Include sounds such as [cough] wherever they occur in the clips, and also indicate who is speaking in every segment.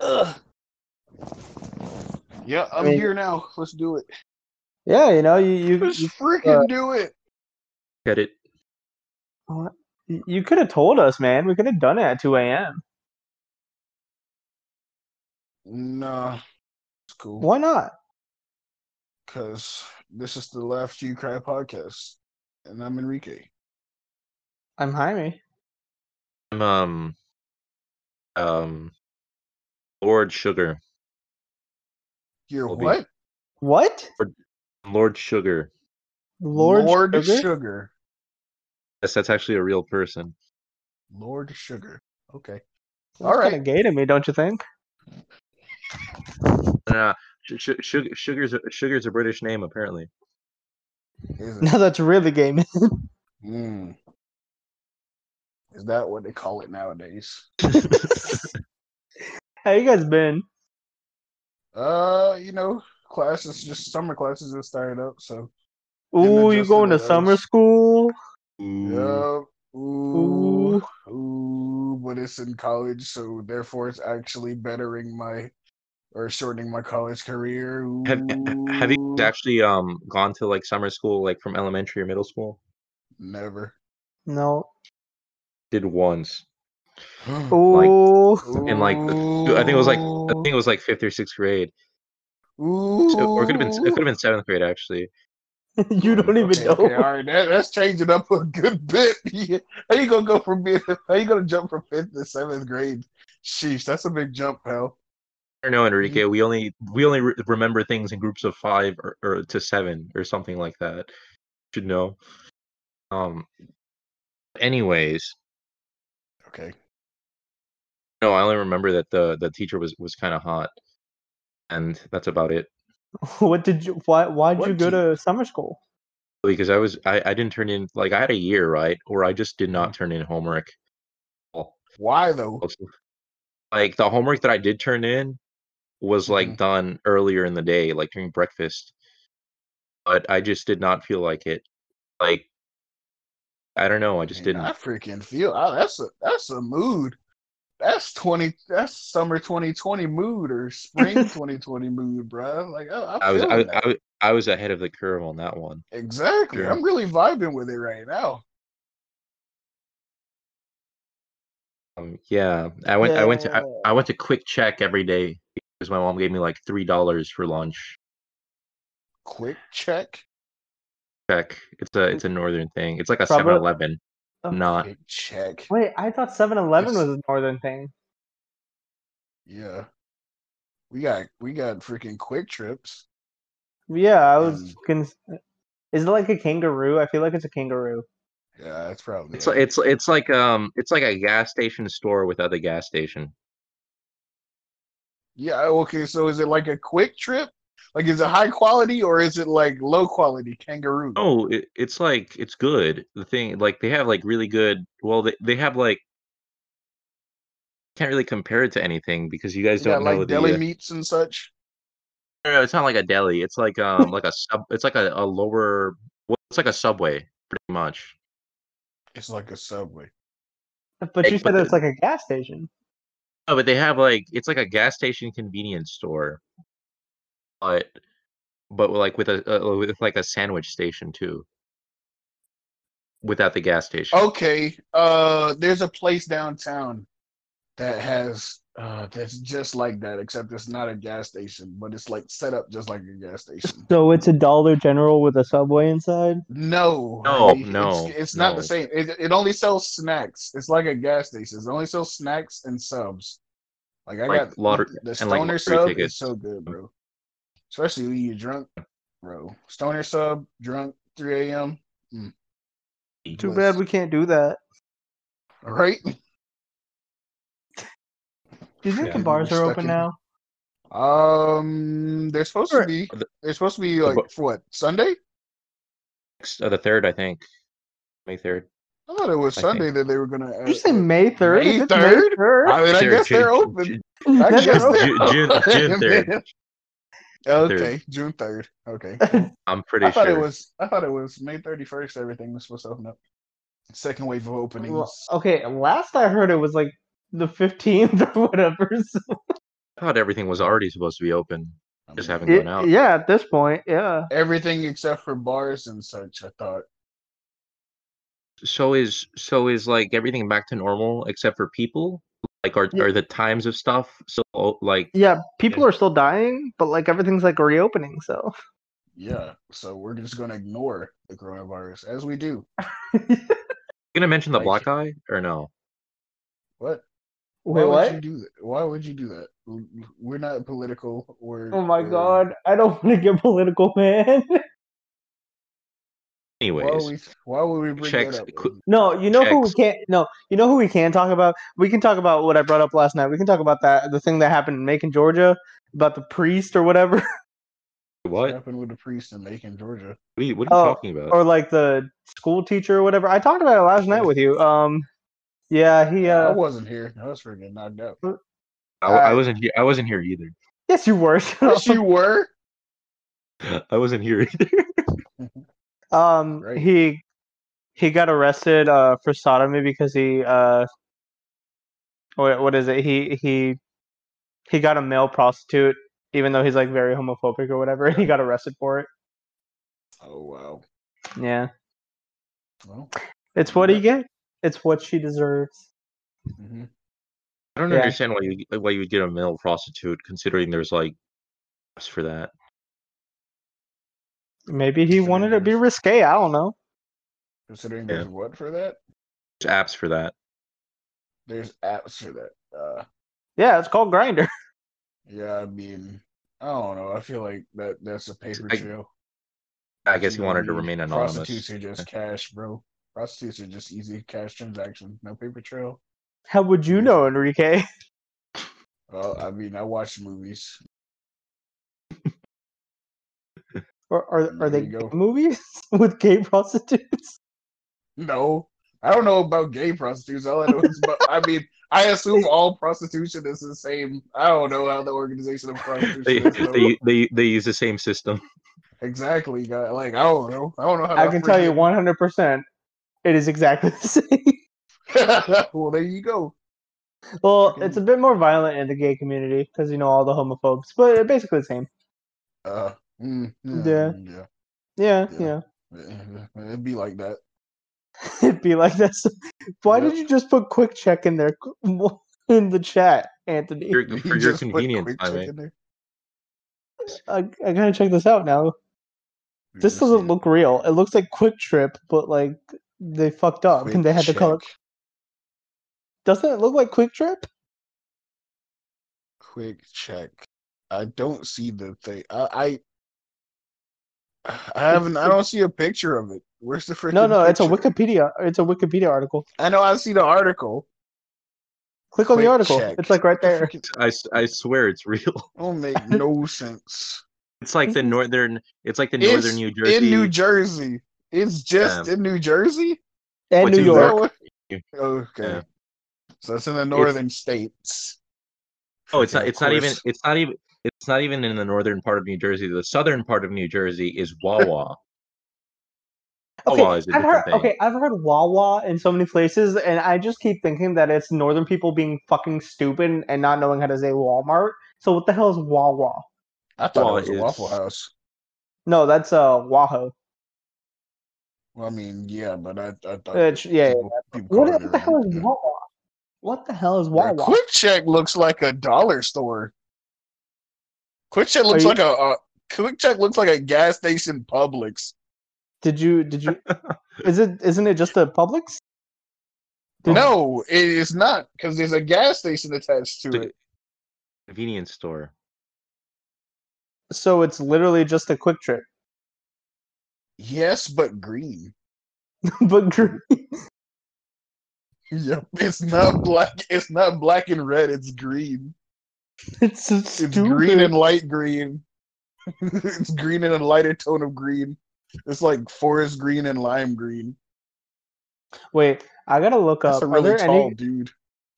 Speaker 1: Ugh. Yeah, I'm
Speaker 2: I mean-
Speaker 1: here now. Let's do it.
Speaker 2: Yeah, you know, you you, [laughs] uh,
Speaker 1: Let's freaking do it.
Speaker 3: Get it.
Speaker 2: you, you could have told us, man. We could have done it at 2 a.m.
Speaker 1: Nah, it's cool.
Speaker 2: Why not?
Speaker 1: Because this is the Left You Cry podcast, and I'm Enrique.
Speaker 2: I'm Jaime.
Speaker 3: I'm um um Lord Sugar.
Speaker 1: You're
Speaker 3: Colby.
Speaker 1: what?
Speaker 2: What?
Speaker 3: Lord Sugar.
Speaker 2: Lord, Sugar?
Speaker 1: Sugar.
Speaker 3: Yes, that's actually a real person.
Speaker 1: Lord Sugar. Okay.
Speaker 2: That's
Speaker 1: All right.
Speaker 2: Kind of gay to me, don't you think? [laughs]
Speaker 3: Nah, Su- Su- Sugar's a, Sugar's a British name apparently.
Speaker 1: Is, it-
Speaker 2: No, that's really gay, man. [laughs]
Speaker 1: Mm. Is that what they call it nowadays?
Speaker 2: How you guys been?
Speaker 1: Uh, you know, classes just summer classes have started up, so
Speaker 2: Ooh, you
Speaker 1: adjusting
Speaker 2: going to
Speaker 1: to
Speaker 2: summer
Speaker 1: those.
Speaker 2: school?
Speaker 3: Ooh.
Speaker 1: yeah. Ooh,
Speaker 2: Ooh.
Speaker 1: ooh, but it's in college, so therefore it's actually bettering my or shortening my college career.
Speaker 3: Have, have you
Speaker 1: Ooh.
Speaker 3: actually um gone to like summer school like from elementary or middle school?
Speaker 1: never?
Speaker 2: No.
Speaker 3: Did once.
Speaker 2: Oh.
Speaker 1: [gasps]
Speaker 2: Ooh.
Speaker 3: in, like, Dude, I think it was like I
Speaker 2: Oh.
Speaker 3: think it was like fifth or sixth grade.
Speaker 1: Ooh.
Speaker 3: So- or it could have been it could have been seventh grade actually.
Speaker 2: [laughs] you don't even
Speaker 1: Okay,
Speaker 2: know.
Speaker 1: okay, all right, that, that's changing up a good bit. [laughs] Yeah. How you gonna go from being? How you gonna jump from fifth to seventh grade? Sheesh, that's a big jump, pal.
Speaker 3: I don't know, Enrique. We only we only re- remember things in groups of five or, or to seven or something like that. Should know. Um. Anyways,
Speaker 1: Okay.
Speaker 3: no, I only remember that the the teacher was was kind of hot, and that's about it.
Speaker 2: [laughs] What did you? Why? Why did
Speaker 1: What
Speaker 2: you go
Speaker 1: do
Speaker 2: to summer school?
Speaker 3: Because I was I I didn't turn in like I had a year right, or I just did not turn in homework.
Speaker 1: Why though?
Speaker 3: Like the homework that I did turn in was like
Speaker 1: Mhm.
Speaker 3: done earlier in the day, like during breakfast. But I just did not feel like it. Like I don't know, I just
Speaker 1: Man,
Speaker 3: didn't.
Speaker 1: I freaking feel. I, that's a that's a mood. That's twenty. That's summer twenty twenty mood or
Speaker 3: [laughs]
Speaker 1: spring twenty twenty mood, bro. Like I, I,
Speaker 3: I was I,
Speaker 1: feeling
Speaker 3: was-
Speaker 1: that.
Speaker 3: I, was- I was ahead of the curve on that one.
Speaker 1: exactly.
Speaker 3: Yeah.
Speaker 1: I'm really vibing with it right now.
Speaker 3: Um, yeah, I went I went to I, I went to Quick Check every day because my mom gave me like three dollars for lunch.
Speaker 1: Quick check.
Speaker 3: Check. It's a it's a northern thing. It's like a
Speaker 2: Probably-
Speaker 3: 7-Eleven.
Speaker 2: Oh.
Speaker 3: Not
Speaker 1: Quick check.
Speaker 2: Wait, I thought 7-Eleven
Speaker 1: Yes.
Speaker 2: was a northern thing.
Speaker 1: Yeah. We got we got freaking quick trips.
Speaker 2: Yeah, I was.
Speaker 1: Mm.
Speaker 2: Cons- is it like a kangaroo? I feel like it's a kangaroo.
Speaker 1: Yeah, that's probably
Speaker 3: it's it's it's like um it's like a gas station store without a gas station.
Speaker 1: Yeah, okay. So is it like a quick trip? Like is it high quality or is it like low quality kangaroo?
Speaker 3: Oh, it, it's like it's good. The thing like they have like really good. Well, they they have like can't really compare it to anything because you guys
Speaker 1: They
Speaker 3: don't
Speaker 1: got
Speaker 3: know
Speaker 1: like
Speaker 3: the.
Speaker 1: deli
Speaker 3: uh,
Speaker 1: meats and such.
Speaker 3: No, no, it's not like a deli. It's like um like a sub. It's like a, a lower. Well, it's like a subway, pretty much.
Speaker 1: It's like a subway.
Speaker 2: But you
Speaker 3: Like,
Speaker 2: said
Speaker 3: but
Speaker 2: it's like a gas station.
Speaker 3: Oh, but they have like it's like a gas station convenience store, but but with, like with a uh, with like a sandwich station too, without the gas station.
Speaker 1: Oh, Okay. Uh there's a place downtown that has uh that's just like that, except it's not a gas station, but it's like set up just like a gas station.
Speaker 2: So it's a Dollar General with a Subway inside.
Speaker 1: No,
Speaker 3: No,
Speaker 1: honey, it's-
Speaker 3: no,
Speaker 1: it's, not
Speaker 3: no.
Speaker 1: the same. It, it only sells snacks. It's like a gas station. It only sells snacks and subs. Like I
Speaker 3: Like
Speaker 1: got
Speaker 3: lotter-
Speaker 1: the
Speaker 3: and
Speaker 1: stoner
Speaker 3: like lottery
Speaker 1: sub
Speaker 3: tickets.
Speaker 1: is so good, bro. Especially when you're drunk, bro. Stoner sub, drunk, 3 a.m. Mm.
Speaker 2: Too
Speaker 1: Bliss.
Speaker 2: bad we can't do that.
Speaker 1: Right?
Speaker 2: Do you think
Speaker 3: Yeah,
Speaker 2: the
Speaker 1: we're
Speaker 2: bars are
Speaker 1: stuck
Speaker 2: open
Speaker 1: in-
Speaker 2: now?
Speaker 1: Um, they're supposed to
Speaker 2: Sure.
Speaker 1: be.
Speaker 3: The-
Speaker 1: They're supposed to be
Speaker 3: the
Speaker 1: like
Speaker 3: bu-
Speaker 1: for what Sunday?
Speaker 3: Next- uh, the third, I think, May third.
Speaker 1: I thought it was
Speaker 3: I think.
Speaker 1: Sunday that they were gonna.
Speaker 2: Did you
Speaker 1: uh,
Speaker 2: say
Speaker 1: uh,
Speaker 2: May third? [laughs]
Speaker 1: May 3rd? I mean, I guess they're open. I guess
Speaker 2: That's-
Speaker 1: they-
Speaker 3: Ju- June,
Speaker 2: [laughs]
Speaker 3: June 3rd.
Speaker 1: Okay, June third. Okay.
Speaker 3: I'm pretty
Speaker 1: I thought
Speaker 3: sure.
Speaker 1: it was. I thought it was May thirty first. Everything was supposed to open up. Second wave of openings.
Speaker 2: Well, uh, okay, last I heard it was like the 15th or [laughs] whatever. so-
Speaker 3: I thought everything was already supposed to be open.
Speaker 1: I
Speaker 3: Just
Speaker 1: mean,
Speaker 3: haven't gone
Speaker 2: It-
Speaker 3: out.
Speaker 2: yeah, at this point, yeah.
Speaker 1: everything except for bars and such. I thought.
Speaker 3: So is so is like everything back to normal except for people? Like are
Speaker 2: Yeah.
Speaker 3: are the times of stuff so like
Speaker 2: Yeah, people
Speaker 3: Yeah.
Speaker 2: are still dying, but like everything's like reopening, so. [laughs]
Speaker 1: Yeah. So we're just gonna ignore the coronavirus as we do.
Speaker 3: you gonna mention the
Speaker 1: Like-
Speaker 3: black eye or no?
Speaker 1: What?
Speaker 2: Wait,
Speaker 1: Why
Speaker 2: what?
Speaker 1: Would you do that? Why would you do that? W- We're not political. We're.
Speaker 2: Oh my
Speaker 1: we're-
Speaker 2: god, I don't want to get political, [laughs] man.
Speaker 1: Why would
Speaker 3: Anyways,
Speaker 1: we? Why would we bring
Speaker 3: Checks-
Speaker 1: that up?
Speaker 3: qu-
Speaker 2: No, you know who we
Speaker 3: Checks.
Speaker 2: can't. No, you know who we can talk about. We can talk about what I brought up last night. We can talk about that the thing that happened in Macon, Georgia, about the priest or whatever, [laughs]
Speaker 1: What
Speaker 3: what?
Speaker 1: happened with the priest in Macon, Georgia?
Speaker 3: What are you, what are you
Speaker 2: Oh,
Speaker 3: talking about?
Speaker 2: or like the school teacher or whatever. I talked about it last night with you. Um, yeah, he.
Speaker 1: I
Speaker 2: Uh,
Speaker 1: wasn't here. I was freaking knocked out.
Speaker 3: I, I
Speaker 2: uh,
Speaker 3: wasn't here. I wasn't here either. [laughs]
Speaker 2: yes, you were. [laughs] shut up.
Speaker 1: Yes, you were.
Speaker 3: I wasn't here either.
Speaker 2: um,
Speaker 1: Right.
Speaker 2: he he got arrested uh for sodomy because he uh, what what is it? He he he got a male prostitute, even though he's like very homophobic or whatever, and he got arrested for it.
Speaker 1: Oh wow.
Speaker 2: Yeah.
Speaker 1: Well,
Speaker 2: It's what
Speaker 1: Yeah.
Speaker 2: you get. It's what she deserves.
Speaker 1: mhm.
Speaker 3: I don't
Speaker 2: Yeah.
Speaker 3: understand why you why you would get a male prostitute considering there's like apps for that.
Speaker 2: Maybe he
Speaker 1: Sure
Speaker 2: wanted to be
Speaker 1: is.
Speaker 2: risque. I don't know.
Speaker 1: considering
Speaker 3: Yeah.
Speaker 1: there's what for that?
Speaker 3: There's apps for that.
Speaker 1: There's apps for that. Uh,
Speaker 2: Yeah, it's called grinder.
Speaker 1: yeah, I mean, I don't know. I feel like that that's a paper
Speaker 3: I-
Speaker 1: trail.
Speaker 3: I guess he wanted to
Speaker 1: Really,
Speaker 3: remain
Speaker 1: Prostitutes
Speaker 3: anonymous.
Speaker 1: are just cash, bro. Prostitutes are just easy cash transactions, no paper trail.
Speaker 2: [laughs] How would you
Speaker 1: Yes.
Speaker 2: know, Enrique?
Speaker 1: Well, I mean, I watch movies.
Speaker 2: Or are
Speaker 1: Mm, There
Speaker 2: are they
Speaker 1: you go.
Speaker 2: gay movies [laughs] with gay prostitutes?
Speaker 1: No, I don't know about gay prostitutes. All I know is, but I mean, I assume all prostitution is the same. I don't know how the organization
Speaker 3: [laughs]
Speaker 1: of prostitution
Speaker 3: They,
Speaker 1: is. though.
Speaker 3: they they they use the same
Speaker 1: [laughs]
Speaker 3: system.
Speaker 1: Exactly, guy. Like I don't know. I don't know how.
Speaker 2: I
Speaker 1: to
Speaker 2: can tell you
Speaker 1: freaking-
Speaker 2: one hundred percent. It is exactly [laughs] the same.
Speaker 1: [laughs] well, there you go.
Speaker 2: Well,
Speaker 1: Freaking-
Speaker 2: it's a bit more violent in the gay community because you know all the homophobes, but it's basically the same.
Speaker 1: Uh, mm,
Speaker 2: Yeah.
Speaker 1: yeah, yeah.
Speaker 2: Yeah,
Speaker 1: Yeah.
Speaker 2: yeah. [laughs]
Speaker 1: It'd be like that.
Speaker 2: It'd be like this. Why
Speaker 1: Yeah.
Speaker 2: did you just put quick check in there [laughs] in the chat, Anthony?
Speaker 3: Your-
Speaker 1: [laughs] You
Speaker 3: for your
Speaker 1: just put
Speaker 3: convenience,
Speaker 1: quick
Speaker 3: I
Speaker 1: check
Speaker 3: mean.
Speaker 1: in there.
Speaker 2: I, I gotta check this out now.
Speaker 1: You
Speaker 2: This
Speaker 1: just
Speaker 2: doesn't
Speaker 1: need
Speaker 2: look real. It looks like Quick Trip, but like they fucked up
Speaker 1: quick
Speaker 2: and they had to call it.
Speaker 1: check.
Speaker 2: Doesn't it look like Quick Trip?
Speaker 1: Quick check. I don't see the thing. I [sighs] I, I haven't. I don't see a picture of it. Where's the freaking?
Speaker 2: No, no, it's a
Speaker 1: picture?
Speaker 2: Wikipedia. It's a Wikipedia article.
Speaker 1: I know. I see the article.
Speaker 2: Click on the
Speaker 1: Quick
Speaker 2: article.
Speaker 1: check.
Speaker 2: It's like right
Speaker 1: The
Speaker 3: [laughs]
Speaker 2: there.
Speaker 1: freaking-
Speaker 3: I, s- I swear it's real. [laughs]
Speaker 1: don't
Speaker 2: [laughs]
Speaker 1: make no sense.
Speaker 3: It's like
Speaker 2: Mm-hmm.
Speaker 3: the northern. It's like the
Speaker 1: It's
Speaker 3: northern New Jersey.
Speaker 1: In New Jersey, it's just in New Jersey.
Speaker 2: And
Speaker 3: What's
Speaker 2: New
Speaker 3: in
Speaker 1: Is
Speaker 3: New
Speaker 1: that
Speaker 2: York.
Speaker 1: what-
Speaker 3: Yeah.
Speaker 1: Okay.
Speaker 3: Yeah.
Speaker 1: So it's in the northern states.
Speaker 3: oh, it's not.
Speaker 1: Freaking, of
Speaker 3: It's not even.
Speaker 1: course.
Speaker 3: It's not even. It's not even in the northern part of New Jersey. The southern part of New Jersey is Wawa.
Speaker 2: Okay,
Speaker 3: Wawa is a
Speaker 2: I've heard.
Speaker 3: different thing.
Speaker 2: Okay, I've heard Wawa in so many places, and I just keep thinking that it's northern people being fucking stupid and not knowing how to say Walmart. So what the hell is Wawa?
Speaker 1: I thought
Speaker 3: Well,
Speaker 1: it was a
Speaker 3: it's-
Speaker 1: Waffle House.
Speaker 2: No, that's uh Waho.
Speaker 1: Well, I mean, yeah, but I, I
Speaker 3: Oh,
Speaker 1: thought
Speaker 2: It's- Uh, yeah, yeah,
Speaker 1: people, people call
Speaker 2: What,
Speaker 1: it
Speaker 2: what the
Speaker 1: their
Speaker 2: hell
Speaker 1: own-
Speaker 2: is
Speaker 1: yeah.
Speaker 2: Wawa? What the hell is
Speaker 1: Yeah,
Speaker 2: Wawa?
Speaker 1: Quick Check looks like a dollar store. Quick Check looks
Speaker 2: you-
Speaker 1: like a, a Quick Check looks like a gas station Publix.
Speaker 2: Did you?
Speaker 1: [laughs]
Speaker 2: Did you? is it? Isn't it just a Publix? Did-
Speaker 1: No, it is not because there's a gas station attached to
Speaker 3: Dude.
Speaker 1: it.
Speaker 3: Convenience store.
Speaker 2: So it's literally just a Quick Trip, [laughs]
Speaker 1: Yes, but green. [laughs]
Speaker 2: but green.
Speaker 1: Yep, it's not black. It's not black and red. It's green.
Speaker 2: It's so
Speaker 1: It's
Speaker 2: stupid.
Speaker 1: green and light green. [laughs] it's green and a lighter tone of green. It's like forest green and lime green.
Speaker 2: Wait, I gotta look
Speaker 1: That's
Speaker 2: up.
Speaker 1: a
Speaker 2: are
Speaker 1: really
Speaker 2: there
Speaker 1: tall
Speaker 2: any?
Speaker 1: dude.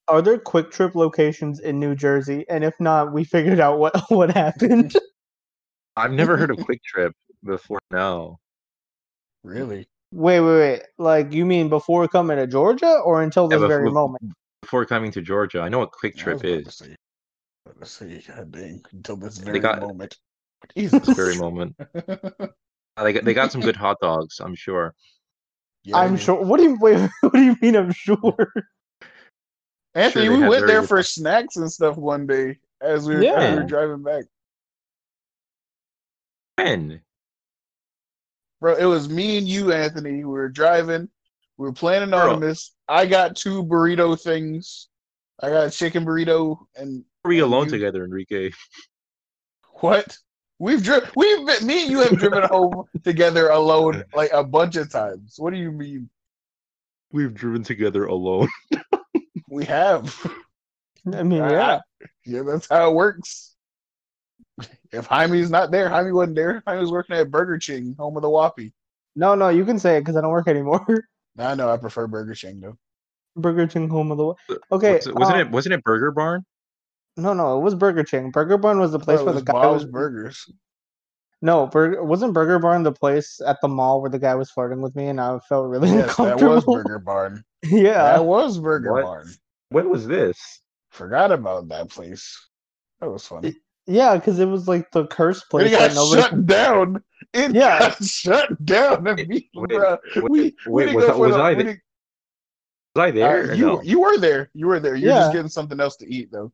Speaker 2: Are there Quick Trip locations in New Jersey? And if not, we figured out what [laughs] what
Speaker 1: [laughs]
Speaker 2: happened.
Speaker 3: I've
Speaker 2: Mm-hmm.
Speaker 3: never heard of Quick Trip before now.
Speaker 1: Really?
Speaker 2: wait, wait, wait. Like you mean before coming to Georgia, or until
Speaker 3: Yeah,
Speaker 2: this
Speaker 3: but
Speaker 2: very
Speaker 3: who-
Speaker 2: moment?
Speaker 3: Before coming to Georgia, I know what
Speaker 2: Oh,
Speaker 3: Quick
Speaker 1: Yeah, I was
Speaker 3: Trip
Speaker 1: about to
Speaker 3: is.
Speaker 1: say- about to say, God dang, until this
Speaker 3: They
Speaker 1: very
Speaker 3: got- [laughs]
Speaker 1: moment.
Speaker 3: This
Speaker 1: Jesus.
Speaker 3: very moment, Uh, they got, they got some good hot dogs. I'm sure.
Speaker 1: Yeah,
Speaker 2: I'm
Speaker 1: yeah.
Speaker 2: sure. What do you wait? [laughs] What do you mean? I'm sure.
Speaker 1: Anthony,
Speaker 3: Sure, they
Speaker 1: we
Speaker 3: had
Speaker 1: went
Speaker 3: very
Speaker 1: there
Speaker 3: good
Speaker 1: for
Speaker 3: time.
Speaker 1: snacks and stuff one day as we were, as we
Speaker 2: Yeah.
Speaker 1: were driving back.
Speaker 3: When?
Speaker 1: Bro, it was me and you, Anthony. We were driving. We were playing Anonymous. I got two burrito things. I got a chicken burrito and
Speaker 3: Were we alone
Speaker 1: You-
Speaker 3: together, Enrique? [laughs]
Speaker 1: what? We've driven. We've been, me and you have driven
Speaker 2: [laughs]
Speaker 1: home together alone like a bunch of times. What do you mean?
Speaker 3: We've driven together alone.
Speaker 1: We have. [laughs]
Speaker 2: I mean,
Speaker 1: I-
Speaker 2: yeah.
Speaker 1: Yeah, that's how it works. If Jaime's not there, Jaime wasn't there. Jaime was working at Burger King, home of the Whoppy.
Speaker 2: No, no, you can say it because I don't work anymore. [laughs]
Speaker 1: Now I know I prefer Burger King though.
Speaker 2: Burger King home of the wo- Okay,
Speaker 3: Was- wasn't
Speaker 2: uh,
Speaker 3: it? Wasn't it Burger Barn?
Speaker 2: No, no, it was Burger King. Burger Barn was the
Speaker 1: Place
Speaker 2: place
Speaker 1: it
Speaker 2: where
Speaker 1: was
Speaker 2: the guy
Speaker 1: Bob's
Speaker 2: was.
Speaker 1: Burgers.
Speaker 2: No, Burger wasn't Burger Barn the place at the mall where the guy was flirting with me, and I felt really
Speaker 1: Yes, that
Speaker 2: uncomfortable.
Speaker 1: was
Speaker 2: [laughs]
Speaker 1: Burger Barn.
Speaker 2: yeah,
Speaker 1: That was Burger
Speaker 3: What?
Speaker 1: Barn.
Speaker 3: When was [laughs] this?
Speaker 1: Forgot about that place. That was funny.
Speaker 2: yeah, because it was like the curse place
Speaker 1: It got
Speaker 2: that nobody.
Speaker 1: shut down. It
Speaker 2: Yeah.
Speaker 1: got [laughs] shut down. And me,
Speaker 3: Wait,
Speaker 1: bruh,
Speaker 3: wait,
Speaker 1: we, we
Speaker 3: wait,
Speaker 1: didn't
Speaker 3: was
Speaker 1: go
Speaker 3: I-
Speaker 1: for
Speaker 3: was
Speaker 1: the-
Speaker 3: I
Speaker 1: we
Speaker 3: there?
Speaker 1: didn't-
Speaker 3: Was I
Speaker 1: Uh,
Speaker 3: there? or
Speaker 1: you
Speaker 3: no?
Speaker 1: you were there. You were there. You're
Speaker 2: Yeah.
Speaker 1: just getting something else to eat though.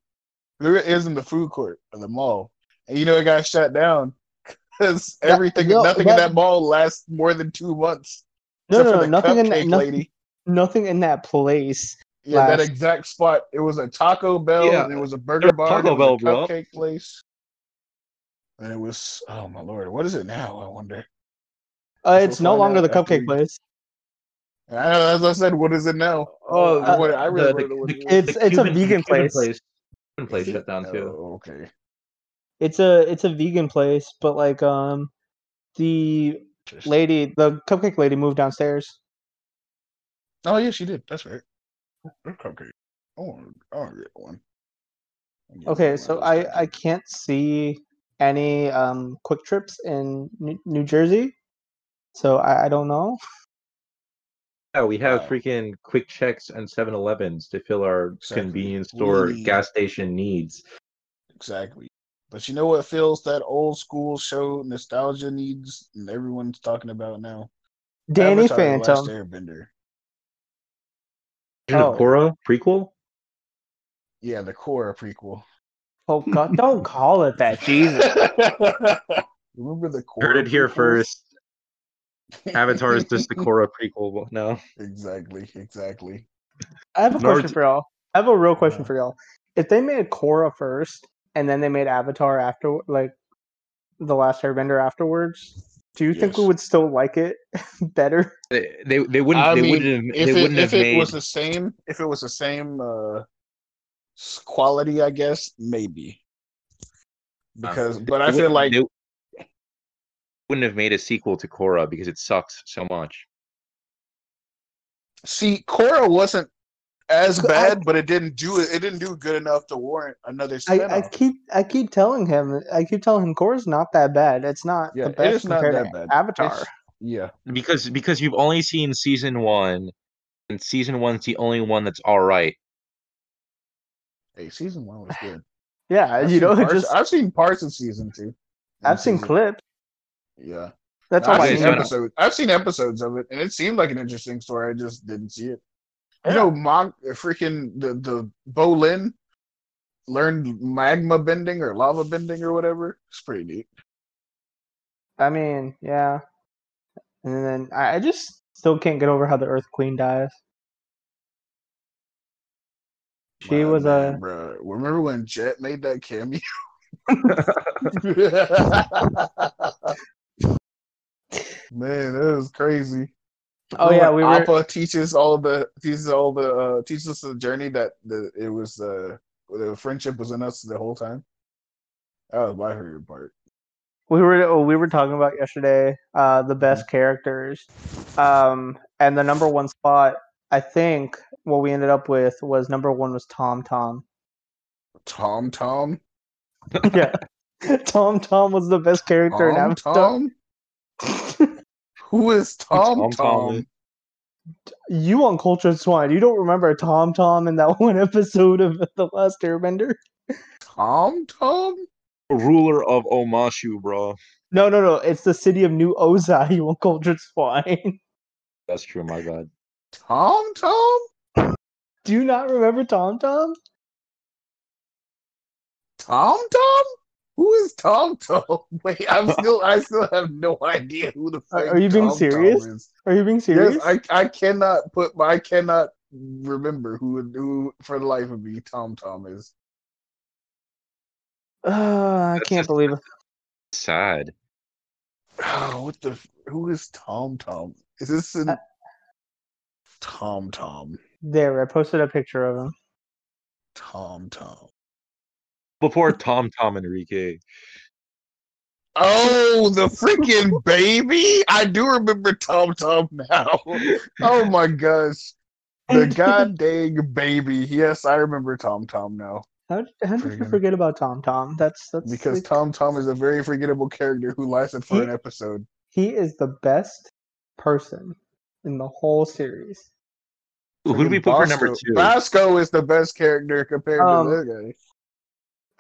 Speaker 1: There is in the food court of the mall, and you know it got shut down [laughs] because
Speaker 2: That-
Speaker 1: everything,
Speaker 2: no,
Speaker 1: nothing in
Speaker 2: that-
Speaker 1: that mall lasts more than two months.
Speaker 2: No,
Speaker 1: except
Speaker 2: no,
Speaker 1: for
Speaker 2: no,
Speaker 1: the
Speaker 2: nothing in
Speaker 1: cupcake
Speaker 2: that, nothing,
Speaker 1: lady.
Speaker 2: nothing in that place.
Speaker 1: Yeah, that
Speaker 2: lasts.
Speaker 1: exact spot. It was a Taco Bell.
Speaker 3: Yeah,
Speaker 1: and it was a burger
Speaker 3: a
Speaker 1: bar.
Speaker 3: Taco
Speaker 1: it was a
Speaker 3: Bell, bro.
Speaker 1: cupcake place. And it was oh my lord, what is it now? I wonder.
Speaker 2: Uh,
Speaker 1: Guess
Speaker 2: it's
Speaker 1: we'll
Speaker 2: no
Speaker 1: find
Speaker 2: longer
Speaker 1: out
Speaker 2: the
Speaker 1: after
Speaker 2: cupcake
Speaker 1: we-
Speaker 2: place.
Speaker 1: And I, as I said, what is it now?
Speaker 3: Oh,
Speaker 1: I,
Speaker 2: uh,
Speaker 1: wanna- I really
Speaker 3: the-
Speaker 1: wanna
Speaker 3: the-
Speaker 1: know what
Speaker 3: the-
Speaker 1: it is.
Speaker 2: It's
Speaker 3: The
Speaker 2: it's a
Speaker 3: Cuban- the
Speaker 2: vegan
Speaker 3: Cuban
Speaker 2: place.
Speaker 3: Cuban place shut down too.
Speaker 1: Oh, okay.
Speaker 2: It's a it's a vegan place, but like um, the
Speaker 1: Just-
Speaker 2: lady, the cupcake lady, moved downstairs.
Speaker 1: Oh yeah, she did. That's right. Okay. I want. I want to get one. I'll get one
Speaker 2: Okay,
Speaker 1: of
Speaker 2: so
Speaker 1: those
Speaker 2: I I
Speaker 1: cupcakes.
Speaker 2: can't see any um quick trips in New, New Jersey, so I, I
Speaker 1: [laughs]
Speaker 2: don't know.
Speaker 3: Yeah, we have
Speaker 1: Wow.
Speaker 3: freaking quick checks and 7 Elevens to fill our
Speaker 1: Exactly. Oh.
Speaker 3: convenience
Speaker 1: We
Speaker 3: store,
Speaker 1: need-
Speaker 3: gas station needs.
Speaker 1: exactly. But you know what feels that old school show nostalgia needs, and everyone's talking about now.
Speaker 2: Danny
Speaker 1: Avatar: The Last
Speaker 2: Phantom.
Speaker 1: Airbender.
Speaker 3: Legend of
Speaker 2: Oh.
Speaker 3: Korra prequel?
Speaker 1: Yeah, the Korra prequel. [laughs]
Speaker 2: Oh God! Don't call it that, Jesus.
Speaker 1: Remember the Korra?
Speaker 3: Heard it here
Speaker 1: prequels?
Speaker 3: first. Avatar is
Speaker 1: [laughs]
Speaker 3: just the Korra prequel now.
Speaker 1: exactly. Exactly.
Speaker 2: I have a question
Speaker 3: Naruto-
Speaker 2: for y'all. I have a real question
Speaker 1: Yeah.
Speaker 2: for y'all. If they made Korra first and then they made Avatar after, like the Last Airbender afterwards, do you think we
Speaker 1: Yes.
Speaker 2: would still like it [laughs] better?
Speaker 3: They they, they wouldn't
Speaker 1: I
Speaker 3: they
Speaker 1: mean,
Speaker 3: wouldn't have,
Speaker 1: if
Speaker 3: they
Speaker 1: it,
Speaker 3: wouldn't
Speaker 1: if
Speaker 3: have
Speaker 1: it
Speaker 3: made
Speaker 1: was the same if it was the same uh s- quality i guess maybe because but i
Speaker 3: they
Speaker 1: feel
Speaker 3: wouldn't-
Speaker 1: like
Speaker 3: they wouldn't have made a sequel to Korra because it sucks so much.
Speaker 1: see Korra wasn't as
Speaker 2: I-
Speaker 1: bad but it didn't do it it didn't do good enough to warrant another
Speaker 2: I, I
Speaker 1: spin-off.
Speaker 2: keep I keep telling him I keep telling him Korra's not that bad. It's not
Speaker 1: Yeah,
Speaker 2: the
Speaker 1: it
Speaker 2: best
Speaker 1: is not
Speaker 2: compared
Speaker 1: that
Speaker 2: to
Speaker 1: bad.
Speaker 2: Avatar.
Speaker 1: It's- yeah
Speaker 3: Because because you've only seen season 1 and season 1's the only one that's all right.
Speaker 1: hey season one was good
Speaker 2: yeah,
Speaker 1: I've
Speaker 2: you
Speaker 1: seen
Speaker 2: know, [laughs]
Speaker 1: parts,
Speaker 2: just
Speaker 1: i've seen parts of season two
Speaker 2: I've seen
Speaker 1: clips.
Speaker 2: clips.
Speaker 1: yeah
Speaker 2: That's all
Speaker 1: i've
Speaker 2: I
Speaker 3: Okay,
Speaker 1: seen
Speaker 2: need.
Speaker 3: so now-
Speaker 1: episodes i've seen episodes of it and it seemed like an interesting story i just didn't see it You
Speaker 2: Yeah.
Speaker 1: know, Mon- freaking the the Bolin learned magma bending or lava bending or whatever. It's pretty neat.
Speaker 2: I mean, yeah. And then I, I just still can't get over how the Earth Queen dies. She was uh, a
Speaker 1: bro. Remember when Jet made that
Speaker 2: [laughs]
Speaker 1: cameo? [laughs] Man, that was crazy.
Speaker 2: Oh, yeah, we were-
Speaker 1: Appa teaches all the teaches all the uh, teaches us the journey that the it was uh, the friendship was in us the whole time. Oh, That was my favorite part.
Speaker 2: we were oh, we were talking about
Speaker 1: Mm-hmm.
Speaker 2: yesterday uh the best characters um and the number one spot I think what we ended up with was number one was Tom Tom. [laughs]
Speaker 1: Tom Tom.
Speaker 2: yeah. Tom Tom was the best character
Speaker 1: Tom
Speaker 2: in Avatar.
Speaker 1: Tom. Who is Tom
Speaker 3: Tom Tom
Speaker 1: Tom?
Speaker 3: is?
Speaker 2: [laughs] you uncultured swine. You don't remember Tom Tom in that [laughs] one episode of The Last Airbender?
Speaker 1: Tom Tom.
Speaker 3: Ruler of Omashu, bro.
Speaker 2: No, no, no. It's the city of New Ozai, [laughs] you uncultured swine. [laughs]
Speaker 3: That's true. My God.
Speaker 1: Tom Tom.
Speaker 2: Do you not remember Tom Tom?
Speaker 1: Tom Tom. Who is Tom Tom? [laughs] Wait,
Speaker 3: [laughs]
Speaker 1: I'm still. I still have no idea who the.
Speaker 2: Are-
Speaker 1: fuck
Speaker 2: are you being
Speaker 1: Tom Tom
Speaker 2: serious?
Speaker 1: is.
Speaker 2: Are you being serious?
Speaker 1: Yes, I I cannot put my I cannot remember who who for the life of me Tom Tom is.
Speaker 2: Uh, I
Speaker 3: That's
Speaker 2: can't
Speaker 3: just-
Speaker 2: believe it.
Speaker 3: Sad.
Speaker 1: Oh, what the f- who is Tom Tom? Is this an
Speaker 2: Uh,
Speaker 1: Tom Tom
Speaker 2: There, I posted a picture of him.
Speaker 1: Tom Tom?
Speaker 3: [laughs] Before Tom Tom Enrique.
Speaker 1: Oh, the freaking baby! I do remember Tom Tom [laughs] now. Oh my gosh. [laughs]
Speaker 2: [laughs]
Speaker 1: The god dang baby. Yes, I remember Tom Tom now.
Speaker 2: How, how did you
Speaker 1: Friggin-
Speaker 2: forget about Tom Tom? That's that's
Speaker 1: Because
Speaker 2: like-
Speaker 1: Tom Tom is a very forgettable character who lasted for an episode.
Speaker 2: he is the best person in the whole series.
Speaker 3: Who do we
Speaker 1: Freaking
Speaker 3: put for number
Speaker 1: Bosco-
Speaker 3: two?
Speaker 1: Bosco is the best character compared
Speaker 2: Um,
Speaker 1: to that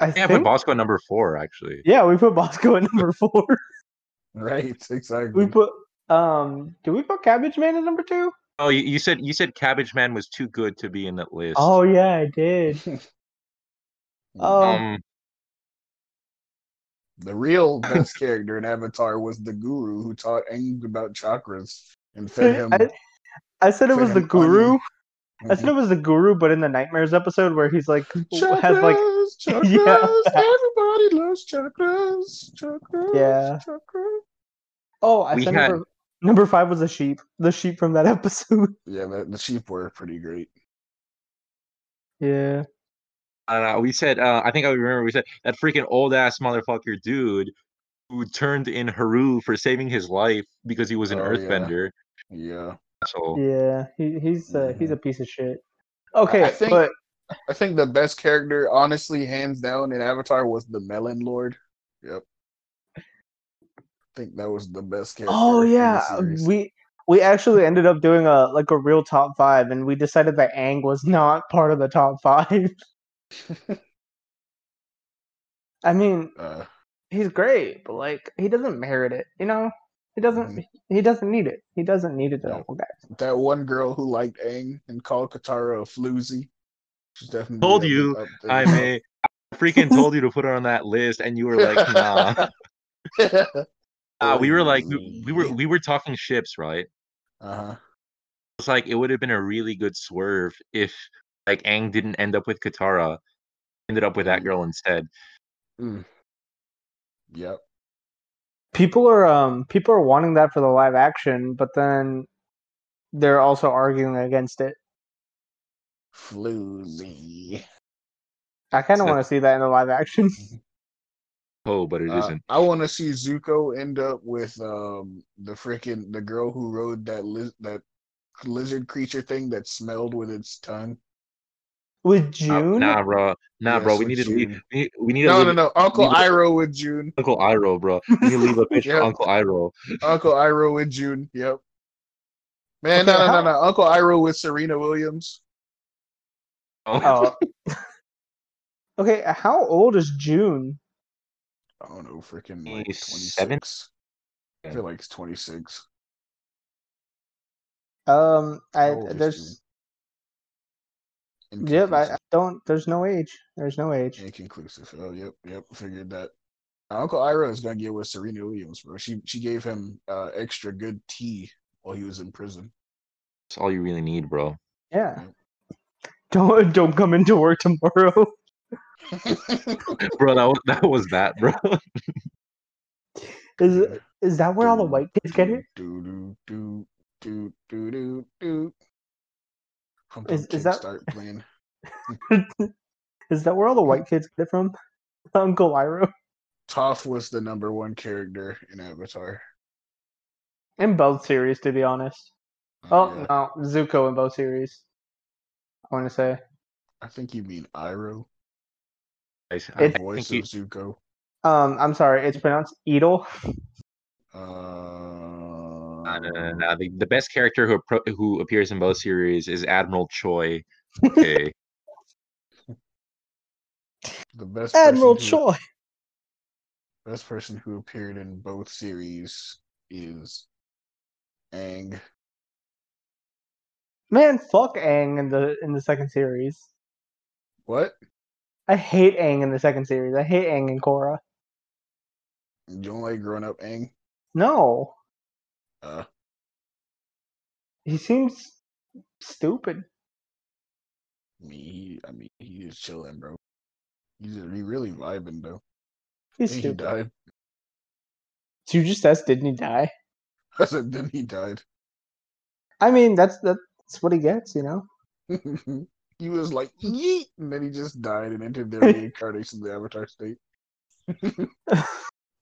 Speaker 1: guy.
Speaker 2: I
Speaker 3: yeah,
Speaker 2: think.
Speaker 3: put Bosco number four, actually.
Speaker 2: yeah, we put Bosco at [laughs]
Speaker 1: [laughs]
Speaker 2: number four.
Speaker 1: Right, [laughs] exactly.
Speaker 2: we put um. Do we put Cabbage Man at number two?
Speaker 3: Oh, you, you said you said Cabbage Man was too good to be in that list.
Speaker 2: Oh yeah, I did.
Speaker 1: [laughs]
Speaker 2: Um,
Speaker 3: um,
Speaker 1: the real
Speaker 2: [laughs]
Speaker 1: best character in Avatar was the guru who taught Aang about chakras and fed [laughs] him.
Speaker 2: I, I said it was the
Speaker 1: friggin' onion.
Speaker 2: guru. I said it was the guru, but in the Nightmares episode where he's like
Speaker 1: chakras,
Speaker 2: has like
Speaker 1: chakras,
Speaker 2: [laughs] Yeah.
Speaker 1: everybody loves chakras, chakras,
Speaker 2: Yeah.
Speaker 1: chakras.
Speaker 2: oh I
Speaker 3: We
Speaker 2: said
Speaker 3: had-
Speaker 2: number, number five was the sheep. The sheep from that [laughs] episode.
Speaker 1: Yeah, the, the sheep were pretty great.
Speaker 2: Yeah.
Speaker 3: uh, we said uh, I think I remember we said that freaking old ass motherfucker dude who turned in Haru for saving his life because he was an
Speaker 1: Oh, yeah.
Speaker 3: earthbender.
Speaker 1: Yeah.
Speaker 3: So
Speaker 2: Yeah, he, he's uh, he's a piece of shit. Okay,
Speaker 1: I think-
Speaker 2: but
Speaker 1: I think the best character, honestly, hands down in Avatar was the Melon Lord. Yep. I think that was the best character.
Speaker 2: oh
Speaker 1: in the
Speaker 2: yeah,
Speaker 1: series.
Speaker 2: we we actually ended up doing a like a real top five, and we decided that Ang was not part of the top five. [laughs] I mean,
Speaker 1: Uh,
Speaker 2: he's great, but like he doesn't merit it. You know, he doesn't
Speaker 1: Mhm.
Speaker 2: he doesn't need it. He doesn't need it at
Speaker 1: No.
Speaker 2: all, guys.
Speaker 1: that one girl who liked Aang and called Katara a floozy. She's definitely
Speaker 3: Told
Speaker 1: up-
Speaker 3: you,
Speaker 1: up there. [laughs]
Speaker 3: I may I freaking told you to put her on that list, and you were like,
Speaker 1: [laughs]
Speaker 3: nah. Nah, Ah, we were like, we, we were we were talking ships, right?
Speaker 1: Uh-huh.
Speaker 3: It's like it would have been a really good swerve if like Aang didn't end up with Katara, ended up with that
Speaker 1: Mm.
Speaker 3: girl instead.
Speaker 1: Yep.
Speaker 2: People are um people are wanting that for the live action, but then they're also arguing against it.
Speaker 1: Floozy.
Speaker 2: I kind of
Speaker 3: So-
Speaker 2: want to see that in the live action.
Speaker 1: [laughs]
Speaker 3: Oh, but it
Speaker 1: Uh,
Speaker 3: not
Speaker 1: I want to see Zuko end up with um the freaking the girl who rode that liz- that lizard creature thing that smelled with its tongue.
Speaker 2: With
Speaker 3: Nah,
Speaker 2: June?
Speaker 3: nah, bro. Nah,
Speaker 1: Yes,
Speaker 3: bro. We
Speaker 1: with
Speaker 3: need to leave.
Speaker 1: June.
Speaker 3: We need, we need to
Speaker 1: No,
Speaker 3: leave
Speaker 1: no, no. Uncle
Speaker 3: leave it-
Speaker 1: Iroh with June.
Speaker 3: [laughs] Uncle Iroh, bro. We need
Speaker 1: [laughs]
Speaker 3: to leave a picture
Speaker 1: Yep.
Speaker 3: of Uncle Iroh. [laughs]
Speaker 1: Uncle Iroh with June. Yep. Man,
Speaker 2: Okay,
Speaker 1: no, no,
Speaker 2: how-
Speaker 1: no, no. Uncle Iroh with Serena Williams.
Speaker 2: [laughs] Oh. okay, how old is June?
Speaker 1: I don't know, freaking like
Speaker 3: 27?
Speaker 1: 26. I feel like it's 26.
Speaker 2: Um, I
Speaker 1: How old is
Speaker 2: there's
Speaker 1: June?
Speaker 2: yep, I, I
Speaker 1: Inconclusive.
Speaker 2: don't. There's no age. There's no age.
Speaker 1: Inconclusive. Oh, yep, yep. Figured that. Uncle Iroh is gonna get with Serena Williams, bro. She she gave him uh, extra good tea while he was in prison.
Speaker 3: That's all you really need, bro. [laughs]
Speaker 2: Yeah.
Speaker 1: Yep.
Speaker 2: Don't [laughs] don't come into work tomorrow. [laughs]
Speaker 3: Bro, that was, that was that, bro. [laughs]
Speaker 2: Is is that where all the
Speaker 1: Dude,
Speaker 2: white kids get it?
Speaker 1: Do do do do do do do. Pump
Speaker 2: Is-
Speaker 1: up
Speaker 2: is that-
Speaker 1: Kickstart playing.
Speaker 2: Is that
Speaker 1: [laughs]
Speaker 2: where all the white kids get it from? [laughs] Uncle Iroh
Speaker 1: Toph was the number one character in Avatar.
Speaker 2: in both series, to be honest. Oh
Speaker 1: Uh, Yeah,
Speaker 2: no, Zuko in both series. I want to say
Speaker 1: I think you mean Iroh,
Speaker 3: I,
Speaker 1: the
Speaker 3: I
Speaker 2: It's-
Speaker 1: voice
Speaker 3: think
Speaker 1: of
Speaker 3: you,
Speaker 1: Zuko.
Speaker 2: Um, I'm sorry, it's pronounced Edel.
Speaker 1: Uh,
Speaker 3: Nah, nah, nah, nah. The, the best character who appro- who appears in both series is Admiral
Speaker 1: [laughs]
Speaker 3: Choi. Okay,
Speaker 1: The best person who- Best person who appeared in both series is Aang.
Speaker 2: Man, fuck Aang in the in the second series.
Speaker 1: What?
Speaker 2: I hate Aang in the second series. I hate Aang and Korra.
Speaker 1: You don't like grown up Aang?
Speaker 2: No,
Speaker 1: Uh,
Speaker 2: he seems stupid.
Speaker 1: I mean, he, I mean, he is chilling, bro. He's he really vibing though. I
Speaker 2: He's
Speaker 1: think he
Speaker 2: stupid.
Speaker 1: died. [laughs]
Speaker 2: So you just asked, didn't he die?
Speaker 1: I said then he died. [laughs]
Speaker 2: I mean, that's that's what he gets, you know.
Speaker 1: he was like yeet, and then he just died and entered
Speaker 2: [laughs]
Speaker 1: their reincarnation, of the Avatar state. [laughs]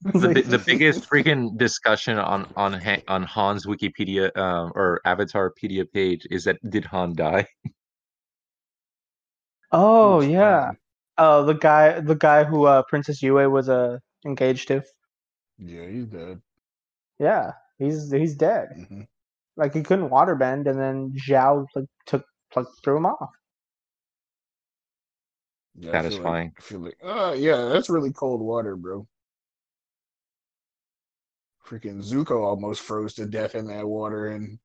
Speaker 2: It's
Speaker 3: the,
Speaker 2: like,
Speaker 3: bi- the biggest freaking discussion on on Han, on Han's Wikipedia um, or Avatarpedia page is that did Han die?
Speaker 2: oh
Speaker 1: Which,
Speaker 2: yeah,
Speaker 1: um,
Speaker 2: uh, the guy the guy who uh, Princess Yue was uh, engaged to.
Speaker 1: yeah, he's dead.
Speaker 2: Yeah, he's he's dead.
Speaker 1: hmm
Speaker 2: Like he couldn't waterbend, and then Zhao like, took like threw him off.
Speaker 1: Yeah, I feel like-
Speaker 3: Satisfying.
Speaker 1: I feel like, uh, yeah, that's really cold water, bro. Freaking Zuko almost froze to death in that water, and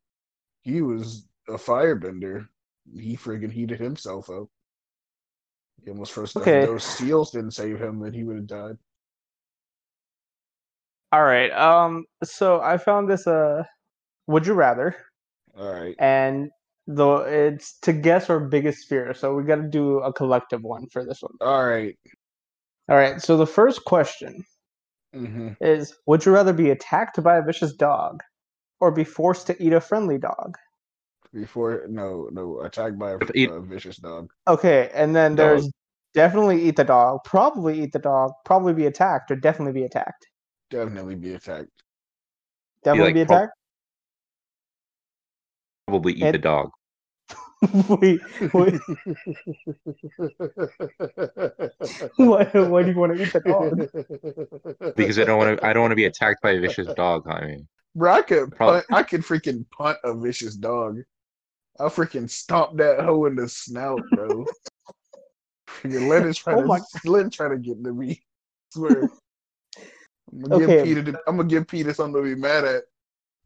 Speaker 1: he was a firebender. He freaking heated himself up. He almost froze to death.
Speaker 2: Okay.
Speaker 1: If Those seals didn't save him, then he would have died.
Speaker 2: All right. Um. So I found this. Uh, would you rather?
Speaker 1: All right.
Speaker 2: And the it's to guess our biggest fear. So we got to do a collective one for this one.
Speaker 1: All right.
Speaker 2: All right. So the first question
Speaker 1: Mm-hmm.
Speaker 2: is: Would you rather be attacked by a vicious dog, or be forced to eat a friendly dog?
Speaker 1: Before, no, no, attacked by a,
Speaker 3: But it-
Speaker 1: a vicious dog.
Speaker 2: Okay. And then
Speaker 3: Dog.
Speaker 2: there's definitely eat the dog. Probably eat the dog. Probably be attacked, or definitely be attacked.
Speaker 1: Definitely be attacked.
Speaker 2: Definitely
Speaker 3: like,
Speaker 2: be
Speaker 3: prob-
Speaker 2: attacked.
Speaker 3: Probably eat
Speaker 2: It-
Speaker 3: the dog.
Speaker 2: [laughs] Wait,
Speaker 1: [laughs]
Speaker 2: wait, [laughs] why, why do you want to eat the
Speaker 1: [laughs]
Speaker 2: dog?
Speaker 3: because I don't want to. I don't want to be attacked by
Speaker 1: [laughs]
Speaker 3: a vicious dog. I mean,
Speaker 1: Bro, I could
Speaker 3: Probably-
Speaker 1: punt, I could freaking punt a vicious dog. I freaking stomp that hoe in the snout, bro. freaking let it try
Speaker 2: Oh
Speaker 1: to
Speaker 2: my-
Speaker 1: let it try to get to me. [laughs] swear. I'm gonna
Speaker 2: Okay.
Speaker 1: give Peter. to- I'm gonna give Peter something to be mad at.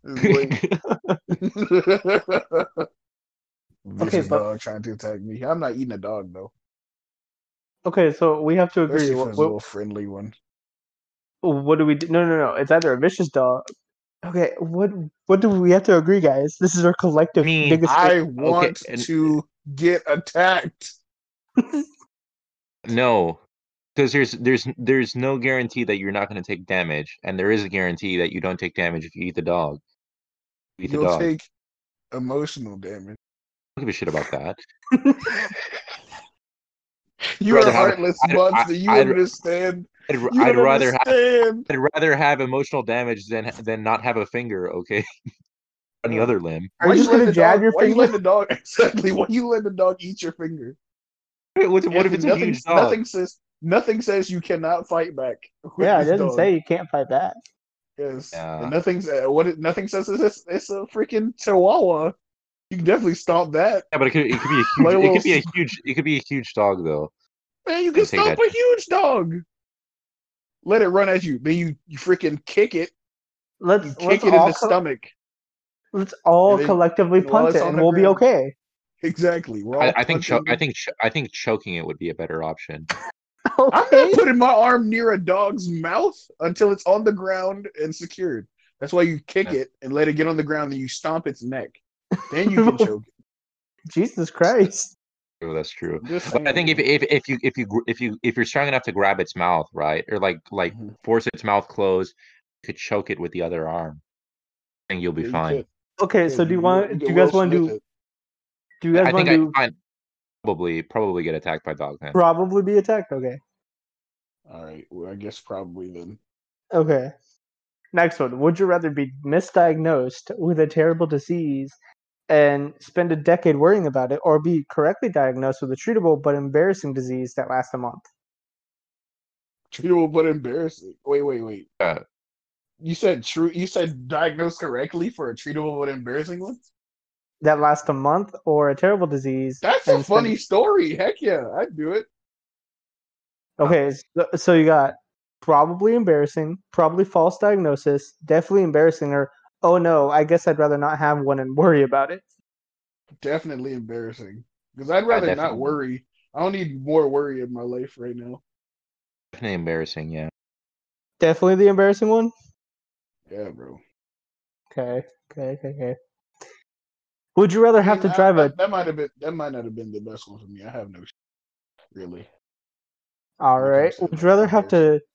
Speaker 1: This boy-
Speaker 3: [laughs]
Speaker 1: [laughs] vicious
Speaker 2: but-
Speaker 1: dog trying to attack me. I'm not eating a dog though.
Speaker 2: Okay, so we have to agree.
Speaker 1: Especially if
Speaker 2: What,
Speaker 1: it's a
Speaker 2: what,
Speaker 1: little friendly one.
Speaker 2: what do we do? No, no, no. It's either a vicious dog. Okay, what what do we have to agree, guys? This is our collective
Speaker 3: Me,
Speaker 2: biggest.
Speaker 1: I want
Speaker 3: and-
Speaker 1: to get attacked.
Speaker 3: no, because there's there's there's no guarantee that you're not going to take damage, and there is a guarantee that you don't take damage if you eat the dog. Eat the
Speaker 1: You'll
Speaker 3: dog.
Speaker 1: take emotional damage.
Speaker 3: I don't give a shit about that.
Speaker 1: You
Speaker 3: rather
Speaker 1: are
Speaker 3: have-
Speaker 1: heartless
Speaker 3: I'd-
Speaker 1: monster.
Speaker 3: I-
Speaker 1: you
Speaker 3: I'd-
Speaker 1: understand.
Speaker 3: I'd, r-
Speaker 1: You
Speaker 3: I'd
Speaker 1: don't
Speaker 3: rather have,
Speaker 1: understand.
Speaker 3: I'd rather have emotional damage than than not have a finger. Okay, [laughs] on the
Speaker 1: Yeah.
Speaker 3: other limb.
Speaker 2: Are
Speaker 1: Why
Speaker 2: you just
Speaker 1: let
Speaker 2: gonna
Speaker 1: the
Speaker 2: jab
Speaker 1: dog-
Speaker 2: your
Speaker 1: why you let
Speaker 2: finger?
Speaker 1: the dog [laughs] exactly? Why you let the dog eat your finger?
Speaker 3: Wait, What, what if it's a
Speaker 1: nothing,
Speaker 3: huge dog?
Speaker 1: Nothing says nothing says you cannot fight back. with
Speaker 2: Yeah, it
Speaker 1: this
Speaker 2: doesn't
Speaker 1: dog.
Speaker 2: say you can't fight back.
Speaker 1: Yes.
Speaker 3: Yeah.
Speaker 1: And nothing's uh, what it, nothing says is it's, it's a freaking chihuahua. You can definitely stomp that.
Speaker 3: Yeah, but it could, it could be
Speaker 1: [laughs]
Speaker 3: a
Speaker 1: Like a little
Speaker 3: huge. It could be a
Speaker 1: s-
Speaker 3: huge. It could be a huge dog though.
Speaker 1: Man, you can
Speaker 3: Take
Speaker 1: stomp
Speaker 3: that.
Speaker 1: a huge dog. Let it run at you. Then you, you freaking kick it.
Speaker 2: Let's
Speaker 1: You
Speaker 2: let's
Speaker 1: kick it in
Speaker 2: all
Speaker 1: the
Speaker 2: co-
Speaker 1: stomach.
Speaker 2: let's all
Speaker 1: and then-
Speaker 2: collectively
Speaker 1: and while
Speaker 2: punt
Speaker 1: it's
Speaker 2: it,
Speaker 1: on
Speaker 2: and
Speaker 1: the
Speaker 2: we'll be
Speaker 1: ground.
Speaker 2: okay.
Speaker 1: Exactly. We're all
Speaker 3: I, I think. Cho-
Speaker 1: punching
Speaker 3: I think. Cho- I think choking it would be a better option.
Speaker 1: [laughs] I'm [laughs]
Speaker 2: Okay.
Speaker 1: not putting my arm near a dog's mouth until it's on the ground and secured. That's why you kick
Speaker 3: Yeah.
Speaker 1: it and let it get on the ground, then you stomp its neck. Then [laughs] you can choke.
Speaker 2: Jesus Christ.
Speaker 3: Oh, that's true.
Speaker 1: it. Just
Speaker 3: But I think if,
Speaker 1: saying.
Speaker 3: if if you if you gr- if you if you're strong enough to grab its mouth, right, or like like
Speaker 1: Mhm.
Speaker 3: force its mouth closed, you could choke it with the other arm, and you'll be
Speaker 1: Yeah, you
Speaker 3: fine.
Speaker 1: could.
Speaker 2: Okay,
Speaker 1: Yeah,
Speaker 2: so do you
Speaker 1: can-
Speaker 2: want?
Speaker 1: can
Speaker 2: Do you
Speaker 1: Will
Speaker 2: guys want to
Speaker 1: Smith
Speaker 2: do?
Speaker 1: it.
Speaker 2: Do you guys
Speaker 3: I
Speaker 2: want
Speaker 3: think
Speaker 2: to do?
Speaker 3: I'd probably probably get attacked by dog then.
Speaker 2: Probably be attacked. Okay.
Speaker 1: All right. Well, I guess probably then. [laughs]
Speaker 2: Okay. Next one. Would you rather be misdiagnosed with a terrible disease and spend a decade worrying about it or be correctly diagnosed with a treatable but embarrassing disease that lasts a month.
Speaker 1: Treatable but embarrassing. Wait, wait, wait.
Speaker 3: Uh,
Speaker 1: You said true. You said diagnosed correctly for a treatable but embarrassing one.
Speaker 2: That lasts a month or a terrible disease.
Speaker 1: That's a
Speaker 2: and spend-
Speaker 1: funny story. Heck yeah, I'd do it.
Speaker 2: Okay, so, so you got probably embarrassing, probably false diagnosis, definitely embarrassing, or oh no, I guess I'd rather not have one and worry about it.
Speaker 1: Definitely embarrassing. Because I'd rather not
Speaker 3: definitely-
Speaker 1: worry. I don't need more worry in my life right now.
Speaker 3: Definitely embarrassing, yeah.
Speaker 2: Definitely the embarrassing one.
Speaker 1: Yeah, bro.
Speaker 2: Okay, okay, okay, okay. Would you rather have
Speaker 1: I
Speaker 2: to
Speaker 1: mean, I-
Speaker 2: drive a?
Speaker 1: That, that might have been. That might not have been the best one for me. I have no. sh- Really.
Speaker 2: All
Speaker 1: think
Speaker 2: right.
Speaker 1: so,
Speaker 2: Would you rather have to
Speaker 1: embarrassing.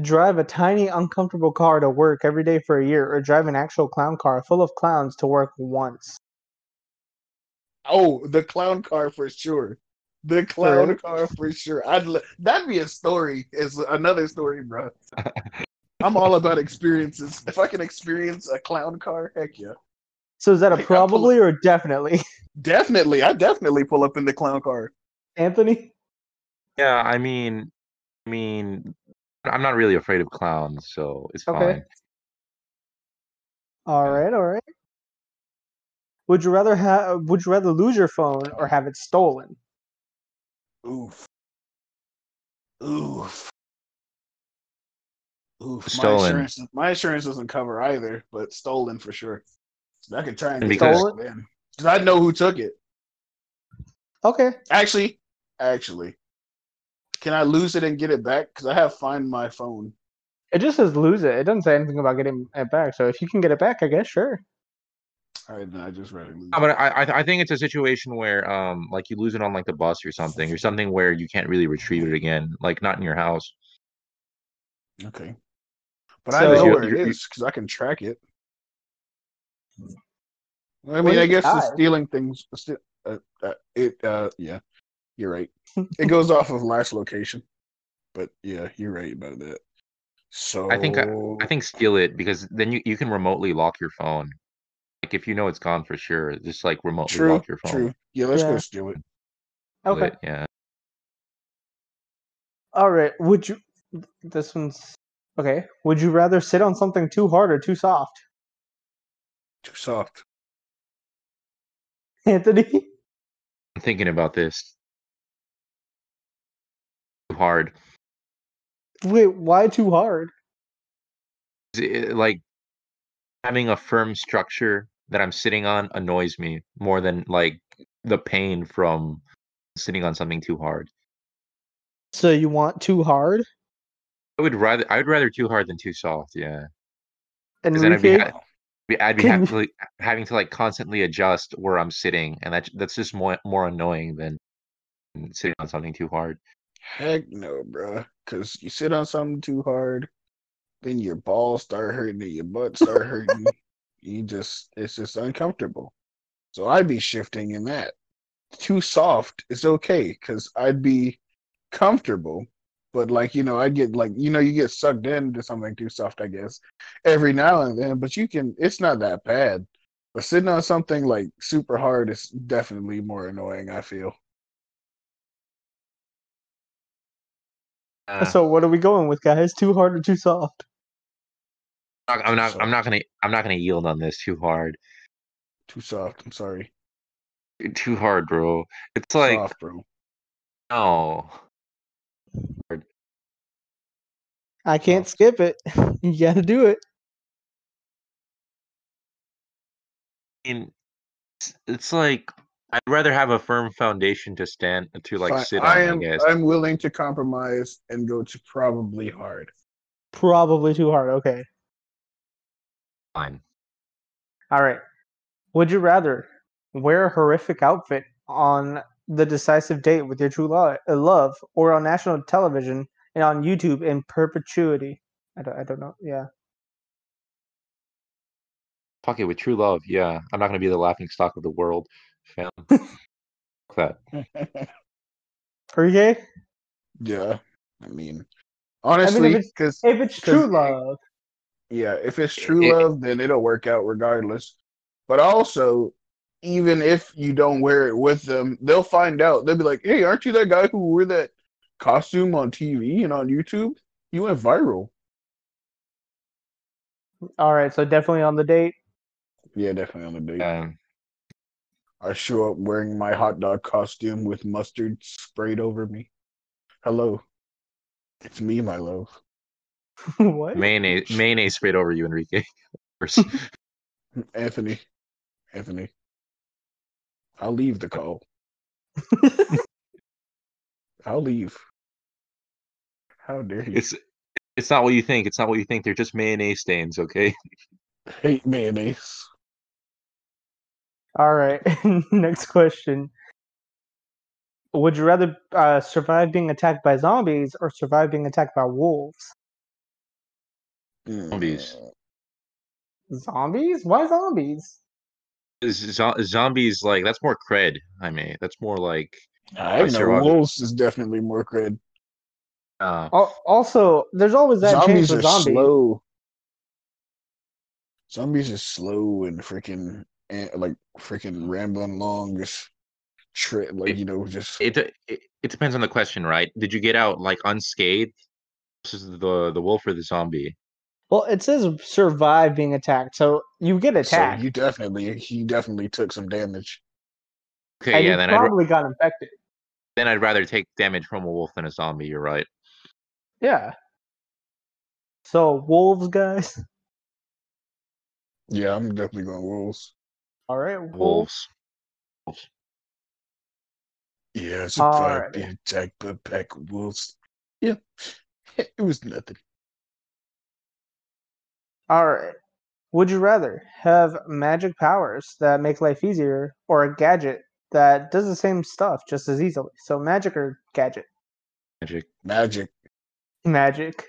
Speaker 2: drive a tiny, uncomfortable car to work every day for a year, or drive an actual clown car full of clowns to work once?
Speaker 1: Oh, the clown car for sure. The clown
Speaker 2: Right.
Speaker 1: car for sure. I'd l- that'd be a story. Is another story, bro. I'm all about experiences. If I can experience a clown car, heck yeah,
Speaker 2: So is that a
Speaker 1: Wait, I pull-
Speaker 2: probably or definitely, [laughs]
Speaker 1: definitely. I definitely pull up in the clown car.
Speaker 2: Anthony?
Speaker 3: Yeah, I mean, I mean, I'm not really afraid of clowns, so it's
Speaker 2: Okay.
Speaker 3: fine.
Speaker 2: All right, all right. Would you rather have? Would you rather lose your phone or have it stolen?
Speaker 1: Oof. Oof. Oof.
Speaker 3: Stolen.
Speaker 1: My insurance, my insurance doesn't cover either, but stolen for sure. I could try and
Speaker 3: And
Speaker 1: get
Speaker 3: because-
Speaker 1: stolen because I know who took it.
Speaker 2: Okay.
Speaker 1: Actually, actually, can I lose it and get it back? Because I have find my phone.
Speaker 2: It just says lose it. It doesn't say anything about getting it back. So if you can get it back, I guess sure.
Speaker 1: All right, no, I just read it.
Speaker 3: No, but I, I I think it's a situation where um like you lose it on like the bus or something or something where you can't really retrieve it again like not in your house.
Speaker 1: Okay, but I
Speaker 2: So-
Speaker 1: know
Speaker 3: You-
Speaker 1: where it
Speaker 3: you-
Speaker 1: is because I can track it. I
Speaker 2: Well,
Speaker 1: mean,
Speaker 2: you
Speaker 1: I guess the
Speaker 2: died.
Speaker 1: stealing things. the sti- Uh, uh, it. Uh, yeah, you're
Speaker 2: [laughs]
Speaker 1: right. It goes off of last location, but yeah, you're right about that. So
Speaker 3: I think I think steal it because then you, you can remotely lock your phone. Like if you know it's gone for sure, just like remotely
Speaker 1: true.
Speaker 3: lock your phone.
Speaker 1: True. Yeah, let's go
Speaker 2: Yeah.
Speaker 1: steal it.
Speaker 3: Steal
Speaker 2: Okay.
Speaker 3: it, Yeah.
Speaker 2: All right. Would you? This one's okay. Would you rather sit on something too hard or too soft, [laughs]
Speaker 1: Too soft.
Speaker 2: Anthony?
Speaker 3: I'm thinking about this. Too hard.
Speaker 2: Wait, why too hard?
Speaker 3: Is it- like having a firm structure that I'm sitting on annoys me more than like the pain from sitting on something too hard.
Speaker 2: So you want too hard?
Speaker 3: I would rather I would rather too hard than too soft. Yeah, because then I'd be,
Speaker 2: Enrique,
Speaker 3: ha- be- I'd be
Speaker 2: Can
Speaker 3: having to, like, having to like constantly adjust where I'm sitting, and that's that's just more more annoying than sitting on something too hard.
Speaker 1: Heck no, bruh. Cause you sit on something too hard, then your balls start hurting and your butt start hurting. you just it's just uncomfortable. So I'd be shifting in that. Too soft is okay, cause I'd be comfortable. But like, you know, I get like you know, you get sucked into something too soft, I guess, every now and then. But you can it's not that bad. But sitting on something like super hard is definitely more annoying, I feel.
Speaker 3: Uh,
Speaker 2: So what are we going with, guys? Too hard or too soft?
Speaker 3: I'm not- I'm not I'm
Speaker 1: so-
Speaker 3: not gonna I'm not gonna yield on this too hard.
Speaker 1: Too soft, I'm sorry.
Speaker 3: Too hard, bro. It's like
Speaker 1: soft, bro.
Speaker 3: no.
Speaker 2: I can't skip it. [laughs] you got to do it.
Speaker 3: I mean, it's, it's like I'd rather have a firm foundation to stand to like
Speaker 1: Fine.
Speaker 3: sit on.
Speaker 1: I
Speaker 3: I,
Speaker 1: am
Speaker 3: guess.
Speaker 1: I'm willing to compromise and go to probably hard. [laughs]
Speaker 2: Probably too hard. Okay.
Speaker 3: Fine.
Speaker 2: All right. Would you rather wear a horrific outfit on the decisive date with your true lo- uh, love or on national television and on YouTube in perpetuity? I don't, I don't know. Yeah.
Speaker 3: Fuck it with true love. Yeah, I'm not gonna be the laughing stock of the world. Fam. Fuck
Speaker 1: [laughs]
Speaker 3: that.
Speaker 2: Okay.
Speaker 1: yeah. I mean
Speaker 2: I mean,
Speaker 1: honestly,
Speaker 2: if it's,
Speaker 1: because
Speaker 2: if it's
Speaker 1: because-
Speaker 2: true love,
Speaker 1: yeah, if it's true
Speaker 3: It-
Speaker 1: love, then it'll work out regardless. But also, even if you don't wear it with them, they'll find out. They'll be like, "Hey, aren't you that guy who wore that costume on TV and on YouTube? You went viral."
Speaker 2: All right, so definitely on the date. [laughs]
Speaker 1: Yeah, definitely on the date.
Speaker 3: Um,
Speaker 1: I show up wearing my hot dog costume with mustard sprayed over me. Hello, it's me, my love.
Speaker 2: what?
Speaker 1: [laughs]
Speaker 3: mayonnaise mayonnaise sprayed over you, Enrique. [laughs] Of course.
Speaker 1: Anthony, Anthony. I'll leave the call.
Speaker 2: [laughs]
Speaker 1: I'll leave. How dare you?
Speaker 3: it's it's not what you think. It's not what you think. They're just mayonnaise stains, okay? [laughs]
Speaker 1: hate mayonnaise.
Speaker 2: All right. [laughs] Next question. Would you rather uh, survive being attacked by zombies or survive being attacked by wolves?
Speaker 1: Mm.
Speaker 3: Zombies.
Speaker 2: Zombies? Why zombies?
Speaker 3: Zo- zombies like that's more cred. I mean, that's more like
Speaker 1: I know
Speaker 3: survival.
Speaker 1: wolves is definitely more cred.
Speaker 3: uh,
Speaker 2: Al- Also, there's always that chance
Speaker 1: Zombies
Speaker 2: with
Speaker 1: are
Speaker 2: zombies.
Speaker 1: slow. Zombies are slow and freaking and like freaking rambling along, just tri- like you know, just
Speaker 3: it, de- it it depends on the question, right? Did you get out like unscathed? This is the the wolf or the zombie.
Speaker 2: Well, it says survive being attacked, so you get
Speaker 1: so
Speaker 2: attacked,
Speaker 1: you definitely he definitely took some damage.
Speaker 3: Okay,
Speaker 2: and
Speaker 3: yeah.
Speaker 2: you
Speaker 3: Then I'd, ra-
Speaker 2: probably got infected.
Speaker 3: then I'd rather take damage from a wolf than a zombie. You're right.
Speaker 2: Yeah. So wolves, guys.
Speaker 1: Yeah, I'm definitely going wolves.
Speaker 2: All right, wolves.
Speaker 3: Wolves.
Speaker 1: Yeah, it's a five
Speaker 2: Alrighty.
Speaker 1: being attacked by a pack of wolves. Yeah. [laughs] It was nothing.
Speaker 2: All right. Would you rather have magic powers that make life easier, or a gadget that does the same stuff just as easily? So magic or gadget?
Speaker 3: Magic.
Speaker 1: Magic. [laughs]
Speaker 2: Magic.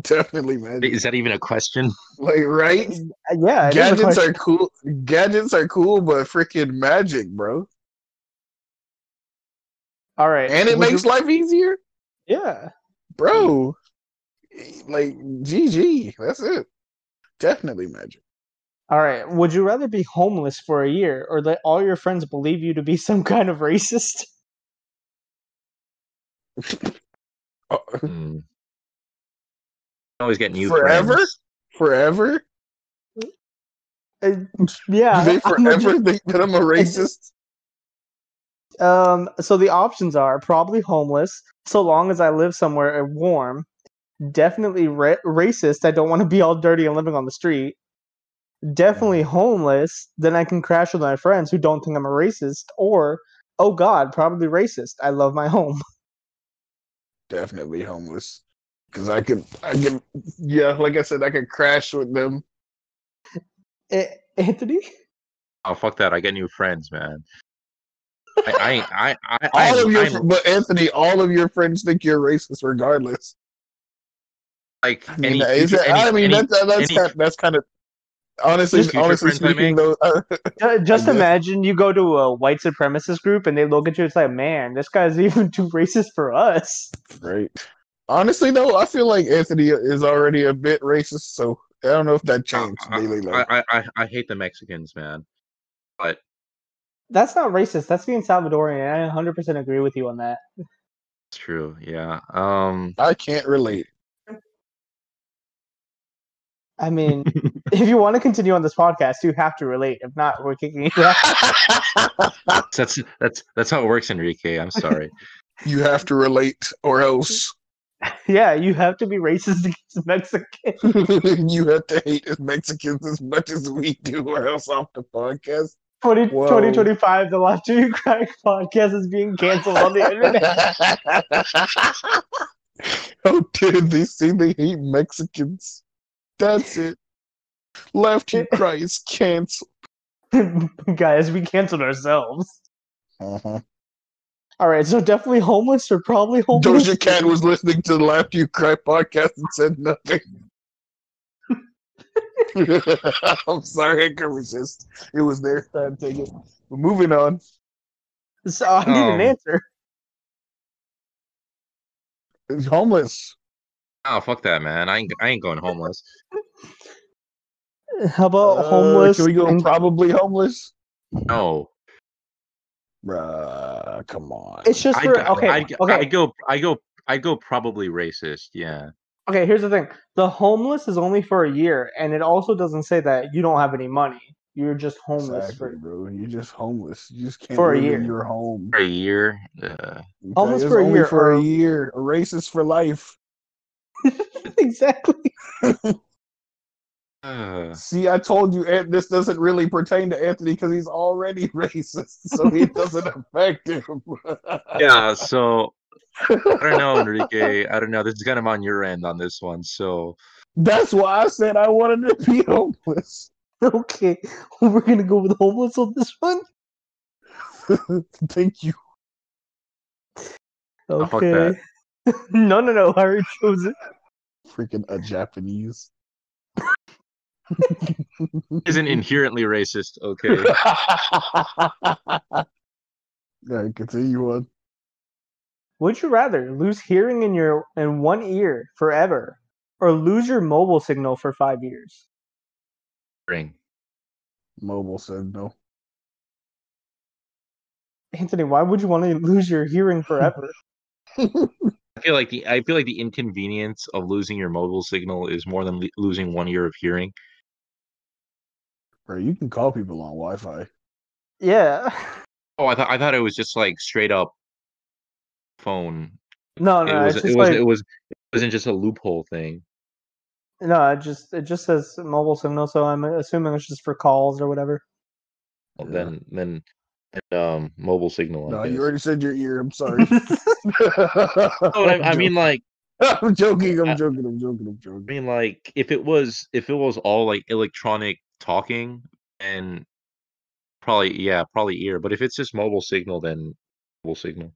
Speaker 1: definitely
Speaker 3: Wait,
Speaker 1: magic.
Speaker 3: Is that even
Speaker 1: [laughs]
Speaker 3: a question?
Speaker 1: Like right?
Speaker 2: Uh, Yeah. it is a
Speaker 1: gadgets
Speaker 2: question.
Speaker 1: are cool. Gadgets are cool, but freaking magic, bro.
Speaker 2: All right.
Speaker 1: And it
Speaker 2: would you-
Speaker 1: makes life easier,
Speaker 2: Yeah.
Speaker 1: bro.
Speaker 2: Mm.
Speaker 1: Like GG. That's it. Definitely magic.
Speaker 2: All right. Would you rather be homeless for a year, or let all your friends believe you to be some kind of racist? [laughs]
Speaker 1: Uh,
Speaker 3: Hmm. Always get new
Speaker 1: Forever?
Speaker 3: friends.
Speaker 1: forever?
Speaker 2: Uh, yeah.
Speaker 1: Do
Speaker 2: [laughs]
Speaker 1: they
Speaker 2: I'm a-
Speaker 1: forever think that I'm a racist?
Speaker 2: Um, so the options are probably homeless, so long as I live somewhere uh, warm, definitely ra- racist, I don't want to be all dirty and living on the street, definitely homeless, then I can crash with my friends who don't think I'm a racist, or, oh god, probably racist, I love my home.
Speaker 1: Definitely homeless. Cause I could, I could, yeah. Like I said, I could crash with them.
Speaker 2: Eh, [laughs] Anthony?
Speaker 3: Oh fuck that! I get new friends, man. I I I I,
Speaker 1: [laughs] All
Speaker 3: I'm-
Speaker 1: of your,
Speaker 3: I'm,
Speaker 1: fr- but Anthony, all of your friends think you're racist, regardless.
Speaker 3: like
Speaker 1: I mean,
Speaker 3: any,
Speaker 1: is
Speaker 3: future-
Speaker 1: it-
Speaker 3: any,
Speaker 1: I mean
Speaker 3: any-
Speaker 1: that, that, that's
Speaker 3: any-
Speaker 1: kind that's kind of honestly,
Speaker 3: Just future
Speaker 1: honestly
Speaker 3: friends I
Speaker 1: speaking, though,
Speaker 3: make?
Speaker 1: [laughs] uh,
Speaker 2: Ju- Just
Speaker 1: guess.
Speaker 2: imagine you go to a white supremacist group and they look at you, it's like, man, this guy's [laughs] even too racist for us.
Speaker 1: Right. Honestly, though, I feel like Anthony is already a bit racist, so I don't know if that changed.
Speaker 3: I,
Speaker 1: They, like,
Speaker 3: I, I, I, I hate the Mexicans, man. But
Speaker 2: That's not racist, that's being Salvadorian, and I 100% agree with you on that.
Speaker 3: it's true. Yeah. Um. [laughs]
Speaker 1: I can't relate. [laughs]
Speaker 2: I mean, if you want to continue on this podcast, you have to relate. If not, we're kicking you
Speaker 1: [laughs]
Speaker 2: out.
Speaker 3: That's that's that's how it works, Enrique. I'm sorry.
Speaker 1: [laughs] you have to relate, or else [laughs]
Speaker 2: yeah, you have to be racist against Mexicans.
Speaker 1: you have to hate as Mexicans as much as we do, or else off the podcast.
Speaker 2: 20,
Speaker 1: Whoa.
Speaker 2: 2025, the Laughter You Cry podcast is being canceled on the
Speaker 1: [laughs]
Speaker 2: internet.
Speaker 1: oh, dude, they say they hate Mexicans. That's it. Left you cry is
Speaker 2: [laughs]
Speaker 1: canceled.
Speaker 2: Guys, we canceled ourselves.
Speaker 1: Uh-huh.
Speaker 2: All right, so definitely homeless or probably homeless.
Speaker 1: Doja Cat was listening to the Laugh You Cry podcast and said nothing. [laughs] I'm sorry, I couldn't resist. It was their time to take it. But moving on.
Speaker 2: So I need
Speaker 3: Um,
Speaker 2: an answer.
Speaker 1: It's homeless.
Speaker 3: Oh fuck that, man. I ain't I ain't going homeless.
Speaker 2: How about
Speaker 1: Uh,
Speaker 2: Oh, homeless?
Speaker 1: Can we go
Speaker 2: and-
Speaker 1: probably homeless?
Speaker 3: No,
Speaker 1: Bruh, come on.
Speaker 2: It's just
Speaker 3: I'd
Speaker 2: for
Speaker 3: go-
Speaker 2: okay.
Speaker 3: I'd,
Speaker 2: okay.
Speaker 3: I go. I go. I go. Probably racist. Yeah.
Speaker 2: okay, here's the thing. The homeless is only for a year, and it also doesn't say that you don't have any money. You're just homeless
Speaker 1: Exactly,
Speaker 2: for
Speaker 1: bro. You're just homeless. You just can't
Speaker 2: For a
Speaker 1: live
Speaker 2: year.
Speaker 1: in your home.
Speaker 3: For a year. Uh,
Speaker 1: You
Speaker 2: Homeless
Speaker 1: guys
Speaker 2: for a
Speaker 1: only
Speaker 2: year, um,
Speaker 1: For
Speaker 2: or-
Speaker 1: a year. A racist for life.
Speaker 2: [laughs] exactly.
Speaker 3: uh,
Speaker 1: See, I told you Ant- this doesn't really pertain to Anthony because he's already [laughs] racist, so
Speaker 2: [laughs]
Speaker 1: it doesn't affect him. [laughs]
Speaker 3: yeah. So I don't [laughs] know, Enrique. I don't know. This is kind of on your end on this one. So
Speaker 1: That's why I said I wanted to be homeless. [laughs]
Speaker 2: [laughs] Okay, we're gonna go with homeless on this one.
Speaker 1: Thank you.
Speaker 2: Okay.
Speaker 3: fuck that.
Speaker 2: [laughs] no, no, no. I already chose it.
Speaker 1: Freaking a Japanese.
Speaker 2: [laughs]
Speaker 3: [laughs] isn't inherently racist. Okay.
Speaker 1: yeah, continue on.
Speaker 2: Would you rather lose hearing in your in one ear forever, or lose your mobile signal for five years?
Speaker 3: Ring.
Speaker 1: Mobile said no.
Speaker 2: Anthony, why would you want to [laughs] lose your hearing
Speaker 3: [laughs]
Speaker 2: forever?
Speaker 3: I feel like the I feel like the inconvenience of losing your mobile signal is more than lo- losing one ear of hearing.
Speaker 1: Bro, you can call people on Wi Fi.
Speaker 2: yeah.
Speaker 3: Oh, I thought I thought it was just like straight up phone.
Speaker 2: [laughs] No, no.
Speaker 3: it was
Speaker 2: it's
Speaker 3: it
Speaker 2: just
Speaker 3: was
Speaker 2: like,
Speaker 3: it was it wasn't just a loophole thing.
Speaker 2: No, it just it just says mobile signal, so I'm assuming it's just for calls or whatever.
Speaker 3: Well,
Speaker 1: Oh, Yeah.
Speaker 3: Then then and, um mobile signal. I
Speaker 1: No,
Speaker 3: guess.
Speaker 1: you already said your ear. I'm
Speaker 2: [laughs]
Speaker 1: sorry. [laughs]
Speaker 2: Oh,
Speaker 3: No, I, I mean like
Speaker 1: I'm joking.
Speaker 3: I-
Speaker 1: I'm joking. I'm joking. I'm
Speaker 3: I
Speaker 1: joking.
Speaker 3: mean like if it was if it was all like electronic talking and probably yeah probably ear, but if it's just mobile signal then mobile signal.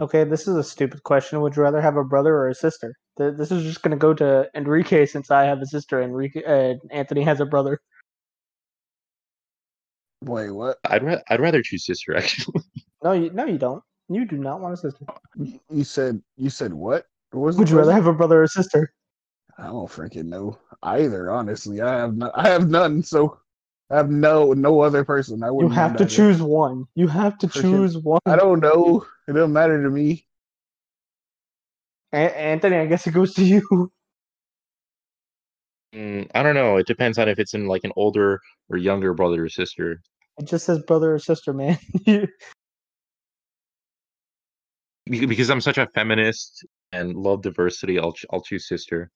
Speaker 2: okay, this is a stupid question. Would you rather have a brother or a sister? Th- This is just gonna go to Enrique since I have a sister. Enrique uh, Anthony has a brother.
Speaker 1: Wait, what?
Speaker 3: I'd ra- I'd rather choose sister [laughs] actually.
Speaker 2: No, you no, you don't. You do not want a sister.
Speaker 1: You you said you said what? What was the
Speaker 2: Would you rather
Speaker 1: question?
Speaker 2: have a brother or a sister?
Speaker 1: I don't freaking know either. Honestly, I have no, I have none. So I have no no other person. I
Speaker 2: You
Speaker 1: wouldn't
Speaker 2: have
Speaker 1: mind
Speaker 2: to
Speaker 1: either.
Speaker 2: choose one. You have to
Speaker 1: Freaking-
Speaker 2: choose one.
Speaker 1: I don't know. It doesn't matter to me.
Speaker 2: A- Anthony, I guess it goes to you. [laughs]
Speaker 3: Mm, I don't know. It depends on if it's in like an older or younger brother or sister.
Speaker 2: It just says brother or sister, man. [laughs] You-
Speaker 3: Be- Because I'm such a feminist and love diversity, I'll ch- I'll choose sister.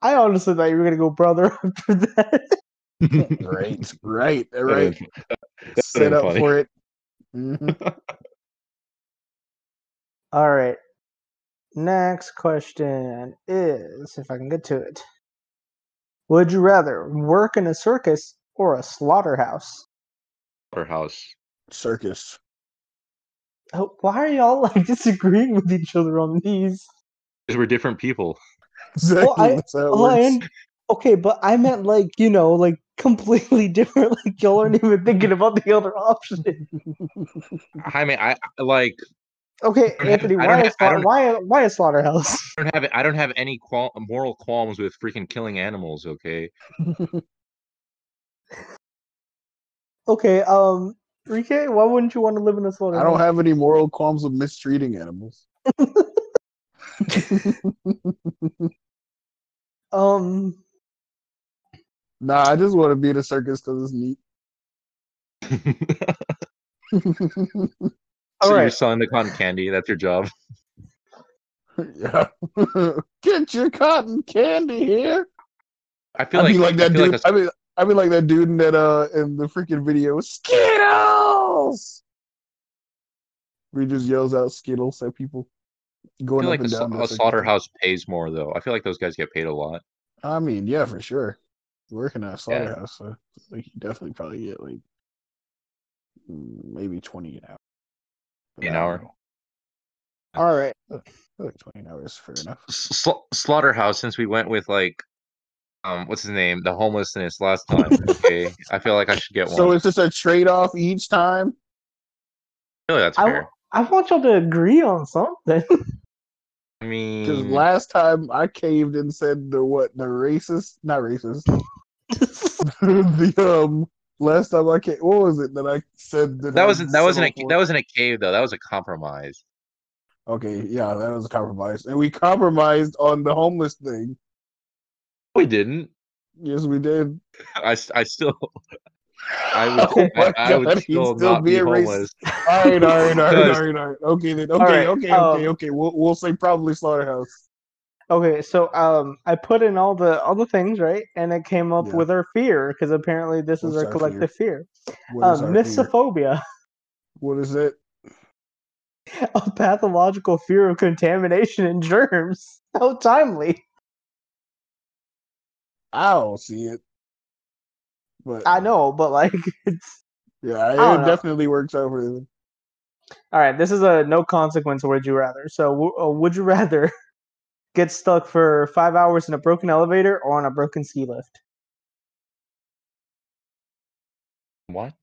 Speaker 2: I honestly thought you were gonna go brother [laughs] after that.
Speaker 1: Right, [laughs] right, right.
Speaker 3: Would've- that would've
Speaker 1: Set
Speaker 3: been
Speaker 1: up
Speaker 3: funny.
Speaker 1: for it. Mhm.
Speaker 2: All right. Next question is if I can get to it. Would you rather work in a circus or a slaughterhouse?
Speaker 3: Our house.
Speaker 1: Circus. [laughs]
Speaker 2: Oh, Why are y'all [laughs] like disagreeing with each other on these?
Speaker 3: Because we're different people.
Speaker 1: Exactly.
Speaker 2: I-
Speaker 1: that's how it
Speaker 2: Well,
Speaker 1: works.
Speaker 2: and- okay, but I meant like, you know, like [laughs] completely different. Like y'all aren't even thinking about the other
Speaker 3: [laughs]
Speaker 2: option.
Speaker 1: Mm.
Speaker 3: I mean, I I- like
Speaker 2: Okay,
Speaker 3: don't have-
Speaker 2: Anthony,
Speaker 3: I don't
Speaker 2: why
Speaker 3: have-
Speaker 2: a,
Speaker 3: I
Speaker 2: sla-
Speaker 3: don't-
Speaker 2: why a, why a
Speaker 3: [laughs]
Speaker 2: slaughterhouse? [laughs]
Speaker 3: I don't have I don't have any qual- moral qualms with freaking killing animals. [laughs] Okay,
Speaker 2: Okay, um, Rike, why wouldn't you want to live in
Speaker 1: I
Speaker 2: a slaughterhouse?
Speaker 1: don't have any moral qualms with mistreating animals.
Speaker 2: um
Speaker 1: Nah, I just want to be in a circus because it's neat. [laughs]
Speaker 2: All
Speaker 3: so you're
Speaker 2: right.
Speaker 3: selling the cotton candy. That's your job. [laughs]
Speaker 1: yeah. [laughs] Get your cotton candy here.
Speaker 3: I feel
Speaker 1: I'd
Speaker 3: like,
Speaker 1: be like
Speaker 3: I
Speaker 1: that
Speaker 3: feel
Speaker 1: dude.
Speaker 3: Like a-
Speaker 1: I mean, I'd be like that dude in that uh in the freaking video Skittles. Where He just yells out Skittles at people
Speaker 3: I
Speaker 1: going
Speaker 3: feel
Speaker 1: up
Speaker 3: like a,
Speaker 1: and
Speaker 3: sla-
Speaker 1: down. the
Speaker 3: a
Speaker 1: circus.
Speaker 3: slaughterhouse pays more though. I feel like those guys get paid a lot.
Speaker 1: I mean, yeah, for sure. Working at a slaughterhouse, so like you definitely probably get like mm, maybe twenty an hour. But
Speaker 3: An
Speaker 1: I don't
Speaker 3: hour?
Speaker 1: know.
Speaker 2: all right.
Speaker 1: I feel like twenty an hour is fair enough.
Speaker 3: S- Sla- slaughterhouse since we went with like um what's his name the homelessness [laughs] last time okay i feel like i should get one
Speaker 1: So it's just a trade off each time.
Speaker 3: I feel like that's
Speaker 2: I,
Speaker 3: fair
Speaker 2: w- I want y'all to agree on something. [laughs]
Speaker 3: i
Speaker 1: Because
Speaker 3: mean
Speaker 1: last time I caved and said the what the racist, not racist, the um Last time I came, what was it that I said?
Speaker 3: That wasn't that wasn't a
Speaker 1: that
Speaker 3: that wasn't a cave though. That was a compromise.
Speaker 1: Okay, yeah, that was a compromise, and we compromised on the homeless thing.
Speaker 3: We didn't.
Speaker 1: Yes, we did.
Speaker 3: I, s- I still [laughs] I [laughs] would
Speaker 1: Oh my
Speaker 3: I, I would
Speaker 1: God, he'd
Speaker 3: still,
Speaker 1: still
Speaker 3: not
Speaker 1: be
Speaker 3: be
Speaker 1: a racist.
Speaker 3: homeless.
Speaker 1: All right, all right, all right,
Speaker 3: Because-
Speaker 1: all right, all right. Okay, then. Okay,
Speaker 2: right,
Speaker 1: okay,
Speaker 2: um,
Speaker 1: okay, okay. We'll we'll say probably slaughterhouse.
Speaker 2: Okay, so um, I put in all the all the things right, and it came up
Speaker 1: Yeah.
Speaker 2: with our fear because apparently this is
Speaker 1: What's
Speaker 2: our
Speaker 1: our fear?
Speaker 2: collective fear.
Speaker 1: What is
Speaker 2: Um,
Speaker 1: our fear?
Speaker 2: mysophobia,
Speaker 1: What is it?
Speaker 2: [laughs] a pathological fear of contamination and germs. [laughs] How timely!
Speaker 1: I don't see it. But
Speaker 2: I know, but like, [laughs] it's
Speaker 1: Yeah, it
Speaker 2: don't know.
Speaker 1: definitely works out for them.
Speaker 2: all right. This is a no consequence. Would you rather? So, w- uh, would you rather [laughs] get stuck for five hours in a broken elevator or on a broken ski lift?
Speaker 3: What?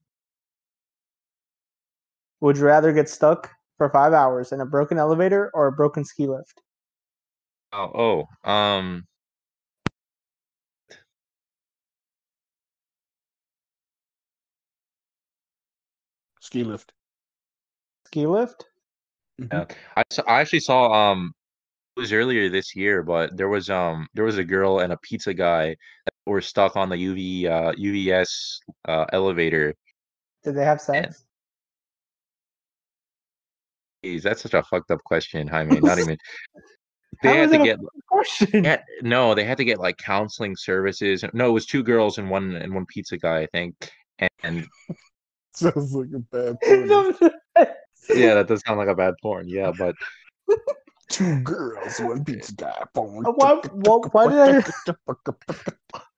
Speaker 2: Would you rather get stuck for five hours in a broken elevator or a broken ski lift?
Speaker 3: Oh, oh. Um
Speaker 1: Ski lift. Mm-hmm.
Speaker 2: Ski lift.
Speaker 3: Yeah. I, s- I actually saw um it was earlier this year, but there was um there was a girl and a pizza guy that were stuck on the UV uh UVS uh elevator.
Speaker 2: Did they have sex?
Speaker 3: Jeez, that's such a fucked up question, Jaime.
Speaker 2: [laughs]
Speaker 3: Not even
Speaker 2: How
Speaker 3: they had
Speaker 2: is
Speaker 3: to
Speaker 2: it a
Speaker 3: get
Speaker 2: Question.
Speaker 3: Yeah, no, they had to get like counseling services. No, it was two girls and one and one pizza guy, I think. And
Speaker 1: [laughs] Sounds like a bad point.
Speaker 2: [laughs] No,
Speaker 3: yeah, that does sound like a bad porn. Yeah, but
Speaker 1: Two girls, one pizza
Speaker 2: [laughs]
Speaker 1: guy. Boom.
Speaker 2: Uh, why- why- why did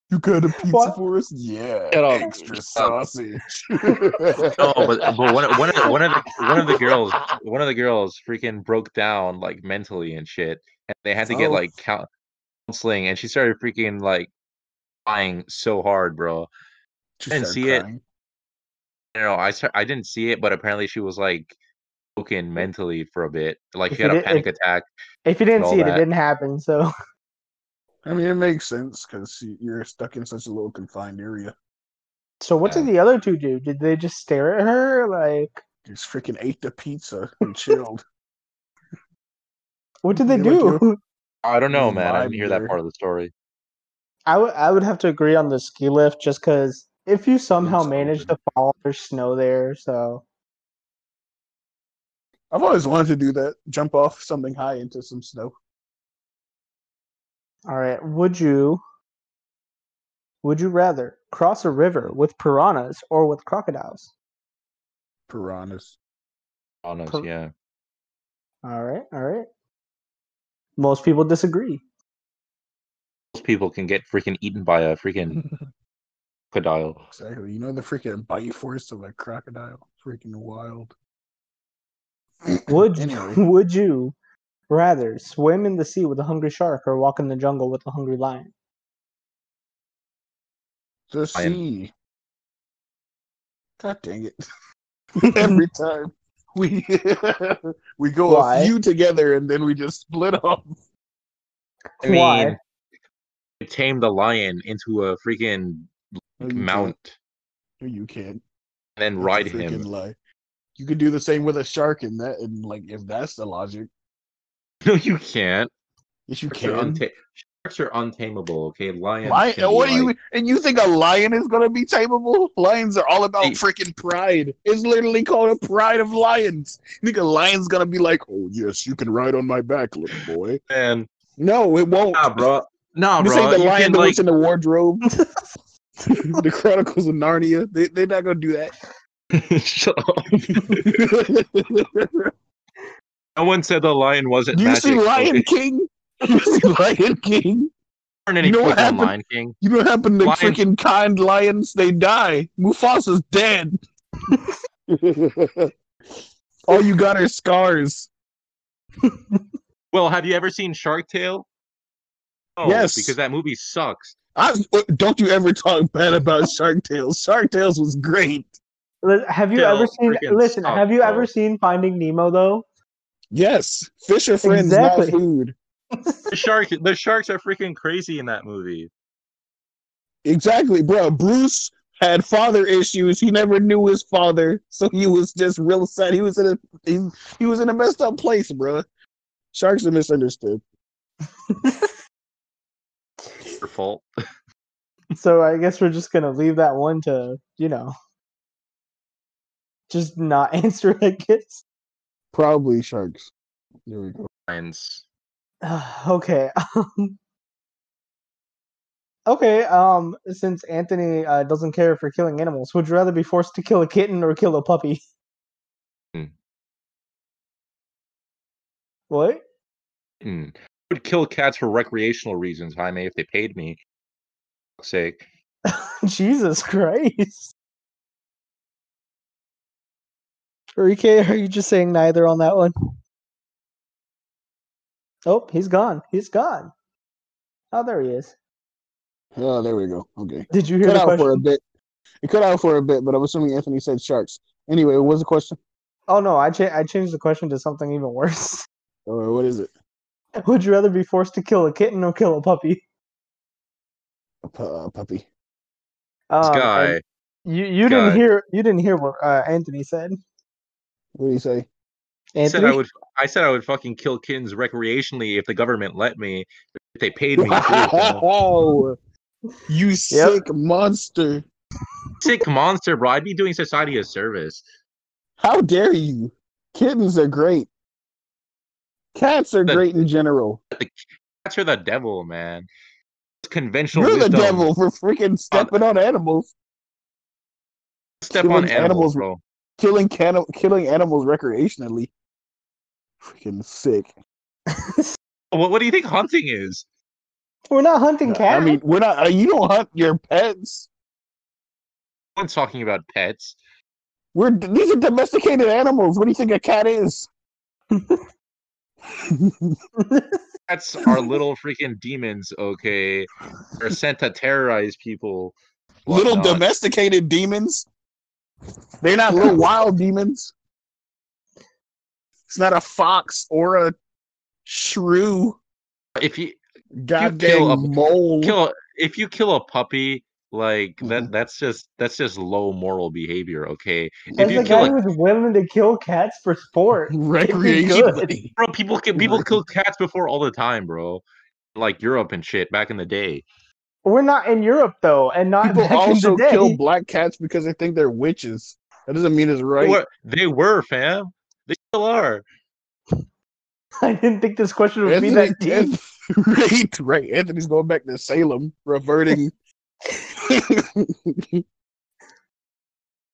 Speaker 1: You got a pizza
Speaker 2: Why-
Speaker 1: for us? Yeah.
Speaker 3: Shut up.
Speaker 1: Extra
Speaker 3: Shut [laughs]
Speaker 1: sausage. [laughs]
Speaker 3: no, Oh, but uh, but one of- one of the, one of the one of the girls one of the girls freaking broke down like mentally and shit, and they had to get
Speaker 1: Oh.
Speaker 3: like coun- counseling, and she started freaking like crying so hard, bro.
Speaker 1: She
Speaker 3: didn't
Speaker 1: started
Speaker 3: see it.
Speaker 1: crying.
Speaker 3: You know, I start, I didn't see it, but apparently she was like broken mentally for a bit, like
Speaker 2: If
Speaker 3: she
Speaker 2: you
Speaker 3: had a
Speaker 2: did-
Speaker 3: panic
Speaker 2: if-
Speaker 3: attack.
Speaker 2: if you didn't
Speaker 3: All
Speaker 2: see it, it
Speaker 3: that.
Speaker 2: didn't happen. So
Speaker 1: I mean, it makes sense because you're stuck in such a little confined area.
Speaker 2: so what did
Speaker 3: Yeah.
Speaker 2: the other two do? Did they just stare at her? Like
Speaker 1: Just freaking ate the pizza and
Speaker 2: [laughs]
Speaker 1: chilled.
Speaker 2: what did they
Speaker 1: They look
Speaker 2: do?
Speaker 3: I don't know,
Speaker 1: Mm,
Speaker 3: man. I
Speaker 1: my
Speaker 3: didn't hear that
Speaker 1: beer.
Speaker 3: part of the story.
Speaker 2: [laughs] I would I would have to agree on the ski lift just because if you somehow
Speaker 1: Looks
Speaker 2: manage
Speaker 1: open.
Speaker 2: to fall, there's snow there. So
Speaker 1: I've always wanted to do that. Jump off something high into some snow.
Speaker 2: all right, would you? Would you rather cross a river with piranhas or with crocodiles?
Speaker 1: Piranhas.
Speaker 3: Honest,
Speaker 2: Per-
Speaker 3: yeah.
Speaker 2: All right, all right. Most people disagree.
Speaker 3: [laughs] Most people can get freaking eaten by a
Speaker 2: Mm-hmm.
Speaker 3: freaking crocodile.
Speaker 1: Exactly. You know the freaking bite force of a crocodile? Freaking wild. [clears throat]
Speaker 2: Would
Speaker 1: anyway,
Speaker 2: [laughs] would you rather swim in the sea with a hungry shark or walk in the jungle with a hungry lion?
Speaker 1: the
Speaker 3: I am-
Speaker 1: sea. God dang
Speaker 3: [laughs]
Speaker 1: it. [laughs] Every time we [laughs] we go
Speaker 2: Why?
Speaker 1: a few together and then we just split off.
Speaker 3: I
Speaker 2: Why?
Speaker 3: mean, it tamed the lion into a freaking
Speaker 1: No,
Speaker 2: Mm-hmm.
Speaker 1: you
Speaker 3: mount
Speaker 1: can't. No, you can't.
Speaker 3: and then
Speaker 1: That's a
Speaker 3: ride
Speaker 1: freaking
Speaker 3: him.
Speaker 1: Lie. You could do the same with a shark and that and like if that's the logic.
Speaker 3: [laughs] No, you can't.
Speaker 1: Yes you
Speaker 3: Sharks are,
Speaker 1: can.
Speaker 3: unta- sharks are untamable. Okay, lions.
Speaker 1: Lion,
Speaker 3: can be
Speaker 1: what do you
Speaker 3: like-
Speaker 1: and you think a lion is gonna be tameable? Lions are all about
Speaker 3: Hey.
Speaker 1: freaking pride. It's literally called a pride of lions. You think a lion's gonna be like, oh yes, you can ride on my back, little boy?
Speaker 3: Man,
Speaker 1: No, it won't.
Speaker 3: nah, bro. Nah,
Speaker 1: this
Speaker 3: bro.
Speaker 1: ain't the
Speaker 3: you
Speaker 1: lion
Speaker 3: can,
Speaker 1: that
Speaker 3: like,
Speaker 1: was in the wardrobe. [laughs]
Speaker 3: [laughs]
Speaker 1: the Chronicles of Narnia. They, they're not gonna do
Speaker 3: [laughs] Shut up.
Speaker 1: that.
Speaker 3: no one said the lion wasn't
Speaker 1: you
Speaker 3: magic.
Speaker 1: see Lion
Speaker 3: okay?
Speaker 1: King? [laughs] You see Lion King?
Speaker 3: There aren't any
Speaker 1: you know what
Speaker 3: clips on
Speaker 1: happened?
Speaker 3: Lion King.
Speaker 1: You know what happened to
Speaker 3: Lion-
Speaker 1: freaking kind lions? They die. Mufasa's
Speaker 3: [laughs]
Speaker 1: dead. All you got are scars.
Speaker 3: Well, have you ever seen Shark Tale? No,
Speaker 1: Yes.
Speaker 3: because that movie sucks.
Speaker 1: I, uh, don't you ever talk bad about Shark Tales. Shark Tales was great.
Speaker 2: Li- Have you
Speaker 3: Still
Speaker 2: ever seen?
Speaker 3: freaking
Speaker 2: Listen,
Speaker 3: suck,
Speaker 2: have you
Speaker 3: bro.
Speaker 2: ever seen Finding Nemo though?
Speaker 1: Yes, fish are friends, not
Speaker 2: Exactly.
Speaker 1: food.
Speaker 3: The shark, the sharks are freaking crazy in that movie.
Speaker 1: Exactly, bro. Bruce had father issues. He never knew his father, so he was just real sad. He was in a he, he was in a messed up place, bro. Sharks are misunderstood.
Speaker 3: Your fault.
Speaker 2: So I guess we're just gonna leave that one to you know, just not [laughs] answer. I guess.
Speaker 1: Probably sharks. There we go.
Speaker 3: Lions.
Speaker 2: [sighs] okay. [laughs] um, okay. Um, since Anthony uh, doesn't care for killing animals, would you rather be forced to kill a kitten or kill a puppy?
Speaker 3: Hmm.
Speaker 2: What? [laughs]
Speaker 3: Hmm. I would kill cats for recreational reasons, Jaime, if they paid me. For fuck's sake.
Speaker 2: Jesus Christ. Enrique, are you just saying neither on that one? Oh, he's gone. He's gone. Oh, there he is.
Speaker 1: Oh, there we go. Okay.
Speaker 2: Did you hear
Speaker 1: Cut
Speaker 2: the
Speaker 1: out
Speaker 2: question?
Speaker 1: for a bit. It cut out for a bit, but I'm assuming Anthony said sharks. Anyway, what was the question?
Speaker 2: Oh no, I cha- I changed the question to something even worse. [laughs]
Speaker 1: Or what is it?
Speaker 2: Would you rather be forced to kill a kitten or kill a puppy?
Speaker 1: A pu- uh, puppy.
Speaker 3: This
Speaker 2: Um,
Speaker 3: guy.
Speaker 2: and you you didn't
Speaker 3: guy.
Speaker 2: hear you didn't hear what uh, Anthony said.
Speaker 1: What do you say?
Speaker 3: I said I
Speaker 2: Anthony,
Speaker 3: would. I said I would fucking kill kittens recreationally if the government let me. If they paid
Speaker 1: [laughs]
Speaker 3: me. too.
Speaker 1: Wow. Oh, You sick monster.
Speaker 3: Sick monster, bro. I'd be doing society a service.
Speaker 1: How dare you? Kittens are great. Cats are
Speaker 3: The-
Speaker 1: great in general.
Speaker 3: Cats are the devil, man. It's conventional
Speaker 1: You're the
Speaker 3: wisdom.
Speaker 1: devil for freaking stepping on animals.
Speaker 3: Step
Speaker 1: Killing
Speaker 3: on animals,
Speaker 1: animals.
Speaker 3: bro.
Speaker 1: Killing can- killing animals recreationally. Freaking sick.
Speaker 3: What, what do you think hunting is?
Speaker 2: we're not hunting
Speaker 1: I
Speaker 2: cats.
Speaker 1: mean, we're not. uh, You don't hunt your pets.
Speaker 3: No one's talking about pets.
Speaker 1: We're these are domesticated animals. What do you think a cat is?
Speaker 3: Cats are little freaking demons. Okay, they're sent to terrorize people.
Speaker 1: little
Speaker 3: whatnot.
Speaker 1: domesticated demons. They're not little wild demons. It's not a fox or a shrew.
Speaker 3: If you kill a-
Speaker 1: Goddamn mole.
Speaker 3: kill, if you kill a puppy, like that,
Speaker 1: Mhm.
Speaker 3: that's just that's just low moral behavior. Okay, if
Speaker 2: As
Speaker 3: you
Speaker 2: a
Speaker 3: kill
Speaker 2: guy
Speaker 3: a
Speaker 2: who's willing to kill cats
Speaker 1: [laughs]
Speaker 2: for sport.
Speaker 1: Recreationally.
Speaker 3: bro, people can people kill cats before all the time, bro. Like Europe and shit back in the day.
Speaker 2: We're not in Europe though, and not
Speaker 1: People
Speaker 2: back
Speaker 1: also
Speaker 2: in the day. [laughs]
Speaker 1: kill black cats because they think they're witches. That doesn't mean it's
Speaker 3: They
Speaker 1: right.
Speaker 3: were, they were, fam. They still are.
Speaker 2: I didn't think this question would
Speaker 1: [laughs]
Speaker 2: be
Speaker 1: Anthony-
Speaker 2: that deep.
Speaker 1: Anth- right, right. Anthony's going back to Salem,
Speaker 3: [laughs]
Speaker 1: reverting. [laughs]
Speaker 3: Listen,
Speaker 1: Where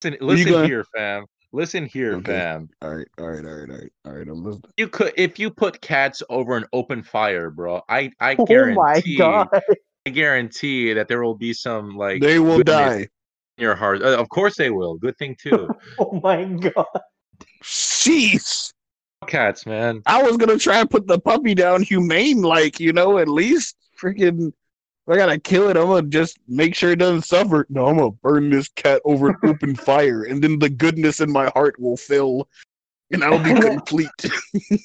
Speaker 1: you
Speaker 3: listen
Speaker 1: going?
Speaker 3: here, fam. Listen here,
Speaker 1: Okay.
Speaker 3: fam.
Speaker 1: all right, all right, all right, all right, all right. I'm listening.
Speaker 3: You could if you put cats over an open fire, bro. I
Speaker 1: [laughs]
Speaker 3: I
Speaker 2: [laughs] Oh my
Speaker 3: guarantee
Speaker 2: god.
Speaker 3: I guarantee that there will be some like
Speaker 1: They will
Speaker 3: goodness
Speaker 1: die.
Speaker 3: in your heart. Uh, of course they will. Good thing
Speaker 1: [laughs]
Speaker 3: too.
Speaker 2: Oh my god.
Speaker 1: Jeez.
Speaker 3: cats, man.
Speaker 1: I was gonna try and put the puppy down humane, like you know, at least freaking. If I gotta kill it. I'm gonna just make sure it doesn't suffer. No, I'm gonna burn this cat over an
Speaker 2: [laughs]
Speaker 1: open fire, and then the goodness in my heart will fill, and I'll
Speaker 2: [laughs]
Speaker 1: be complete.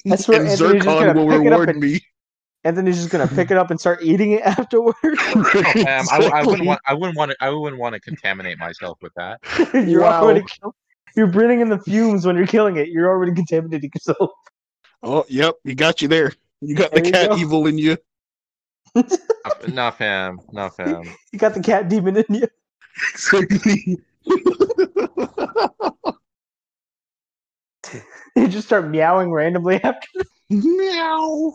Speaker 2: That's where
Speaker 1: and
Speaker 2: Anthony's just
Speaker 1: Zircon
Speaker 2: gonna
Speaker 1: will
Speaker 2: pick it up
Speaker 1: reward
Speaker 2: and- [laughs]
Speaker 1: me. [laughs]
Speaker 2: Anthony's just gonna pick it up and start eating it [laughs] afterward.
Speaker 1: [laughs]
Speaker 2: Oh,
Speaker 3: Fam, I, I wouldn't
Speaker 1: Exactly. [laughs]
Speaker 3: want. I wouldn't want to. I wouldn't want to contaminate myself with that.
Speaker 2: you're
Speaker 1: Wow.
Speaker 2: already kill- you're breathing in the fumes when you're killing it. You're already contaminating yourself. [laughs]
Speaker 1: Oh, yep, you got you there. You got the
Speaker 2: There you
Speaker 1: cat
Speaker 2: go.
Speaker 1: evil in you. [laughs]
Speaker 3: Nah, Nah, fam. Nah, fam.
Speaker 2: You got the cat demon in you. [laughs]
Speaker 1: Exactly.
Speaker 2: You just start meowing randomly [laughs] after
Speaker 1: meow,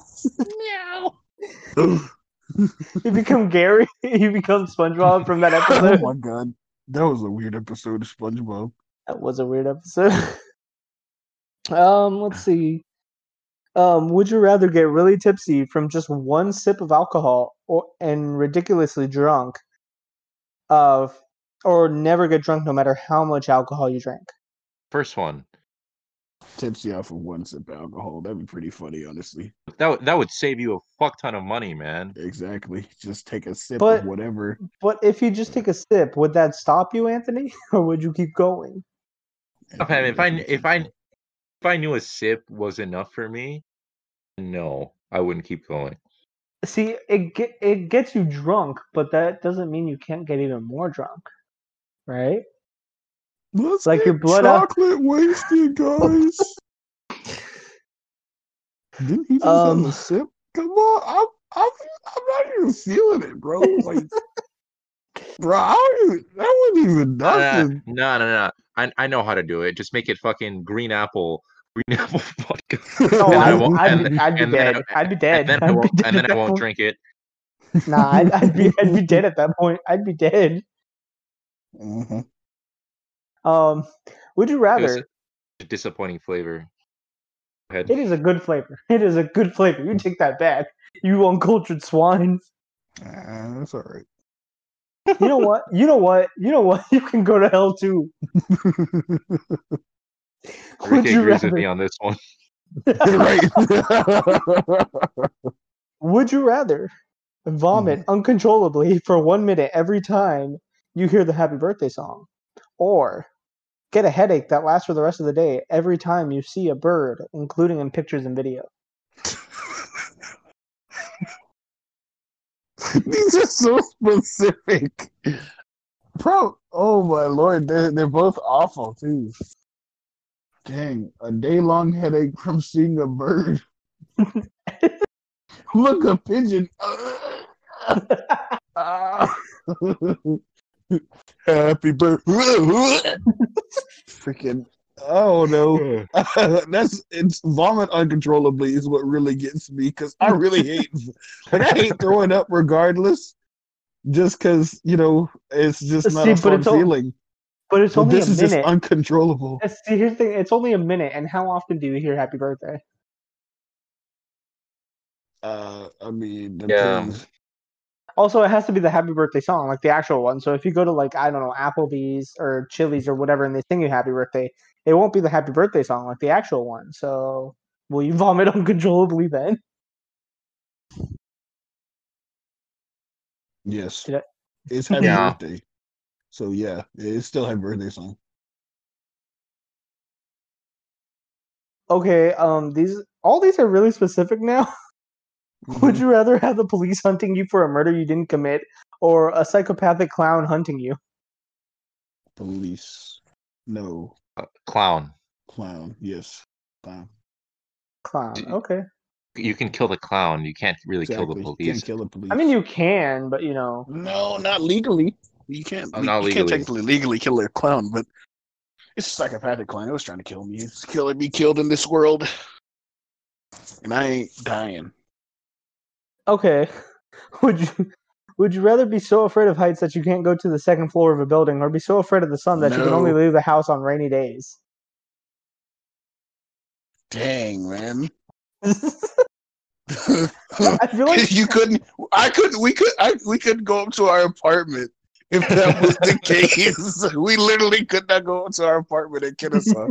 Speaker 1: meow.
Speaker 2: [laughs]
Speaker 1: oh
Speaker 2: you become Gary. [laughs] You become SpongeBob from that episode.
Speaker 1: my god, that was a weird episode of SpongeBob.
Speaker 2: [laughs] that was a weird episode. [laughs] um, let's see. Um, would you rather get really tipsy from just one sip of alcohol or and ridiculously drunk of or never get drunk no matter how much alcohol you drink?
Speaker 3: First one.
Speaker 1: tipsy off of one sip of alcohol. That'd be pretty funny, honestly.
Speaker 3: That would- that would save you a fuck ton of money, man.
Speaker 1: Exactly. Just take a sip
Speaker 2: But-
Speaker 1: of whatever.
Speaker 2: But if you just take a sip, would that stop you, Anthony? [laughs] Or would you keep going?
Speaker 3: If I if I if I if I knew a sip was enough for me, no, I wouldn't keep going.
Speaker 2: See, it get, it gets you drunk, but that doesn't mean you can't get even more drunk.
Speaker 3: [laughs]
Speaker 2: right?
Speaker 1: Let's
Speaker 2: Like
Speaker 1: get
Speaker 2: your blood out-
Speaker 1: chocolate wasted, guys. Didn't he just
Speaker 2: Um,
Speaker 1: have a sip? Come on, I'm, I'm, I'm not even feeling it, bro. Like, bro, I don't even, that wasn't even
Speaker 3: No, no, [laughs]
Speaker 1: nothing.
Speaker 3: Uh, no, no, no. I, I know how to do it. Just make it fucking green apple, [laughs] green apple vodka.
Speaker 2: No,
Speaker 3: then I
Speaker 2: I'd,
Speaker 3: won't-
Speaker 2: I'd,
Speaker 3: and
Speaker 2: be- I'd be
Speaker 3: and then I-
Speaker 2: dead. I'd be
Speaker 3: and
Speaker 2: dead. I'd
Speaker 3: then
Speaker 2: [laughs]
Speaker 3: I
Speaker 2: be
Speaker 3: won't,
Speaker 2: dead
Speaker 3: and then
Speaker 2: at
Speaker 3: I
Speaker 2: that
Speaker 3: won't
Speaker 2: point.
Speaker 3: drink it.
Speaker 2: Nah, I'd, I'd be I'd be dead at that point. I'd be dead.
Speaker 1: Mhm.
Speaker 2: Um, would you
Speaker 3: It was
Speaker 2: rather?
Speaker 3: a disappointing flavor. Go ahead.
Speaker 2: It is a good flavor. [laughs] It is a good flavor. You take that back. You uncultured swine.
Speaker 1: Ah, that's all right.
Speaker 2: You know what? You know what? You know what? [laughs] You can go to hell
Speaker 3: [laughs]
Speaker 2: too. Would
Speaker 3: Ricky
Speaker 2: you
Speaker 3: agrees with
Speaker 2: rather?
Speaker 3: me on this
Speaker 2: [laughs]
Speaker 3: one.
Speaker 1: right.
Speaker 2: Would you rather
Speaker 1: Hmm.
Speaker 2: vomit uncontrollably [laughs] for one minute every time you hear the happy birthday song? Or get a headache that lasts for the rest of the day every time you see a bird, including in pictures and video?
Speaker 1: [laughs] These are so specific. Bro, oh my lord, they're, they're both awful too. Dang, a day long headache from seeing a bird. [laughs] Look, a pigeon. [laughs] Ah. Happy birthday. Freaking, oh no. [laughs] that's it's vomit uncontrollably is what really gets me because I really
Speaker 2: [laughs]
Speaker 1: hate like I hate throwing up regardless, just because you know it's just not
Speaker 2: See,
Speaker 1: a
Speaker 2: but
Speaker 1: fun
Speaker 2: it's all-
Speaker 1: feeling.
Speaker 2: But it's
Speaker 1: But
Speaker 2: only a
Speaker 1: this is just
Speaker 2: minute.
Speaker 1: uncontrollable.
Speaker 2: That's- See, here's the thing. It's only a minute, and how often do you hear "Happy Birthday"?
Speaker 1: Uh, I mean,
Speaker 3: Yeah.
Speaker 1: depends.
Speaker 2: Also, it has to be the Happy Birthday song, like the actual one. So if you go to like I don't know Applebee's or Chili's or whatever, and they sing you "Happy Birthday," it won't be the Happy Birthday song, like the actual one. So will you [laughs] vomit uncontrollably then?
Speaker 1: Yes,
Speaker 2: Did I-
Speaker 1: it's happy
Speaker 3: Yeah.
Speaker 1: birthday. So yeah, it's still happy birthday song.
Speaker 2: Okay. Um. These all these are really specific now. [laughs] [laughs] Would
Speaker 1: Mm-hmm.
Speaker 2: you rather have the police hunting you for a murder you didn't commit, or a psychopathic clown hunting you?
Speaker 1: Police, no
Speaker 3: Uh, Clown.
Speaker 1: clown. Yes, clown.
Speaker 2: Clown.
Speaker 3: D-
Speaker 2: Okay.
Speaker 3: You can kill the clown. You can't really kill the
Speaker 1: Exactly.
Speaker 3: police.
Speaker 1: Can't kill the police.
Speaker 2: I mean, you can, but you know.
Speaker 1: No, not legally. You can't.
Speaker 3: Oh,
Speaker 1: le-
Speaker 3: not
Speaker 1: you can't
Speaker 3: legally.
Speaker 1: technically legally kill a clown, but it's a psychopathic clown. It was trying to kill me. It's killing me. Killed in this world, and I ain't dying.
Speaker 2: Okay. [laughs] Would you would you rather be so afraid of heights that you can't go to the second floor of a building or be so afraid of the sun that you can only
Speaker 1: No.
Speaker 2: leave the house on rainy days? [laughs]
Speaker 1: Dang, man. [laughs]
Speaker 2: I feel
Speaker 1: [laughs]
Speaker 2: like
Speaker 1: you couldn't. I couldn't. We could. I. We could go up to our apartment if that was
Speaker 2: [laughs]
Speaker 1: the case. we literally could not go up to our apartment in Kennesaw.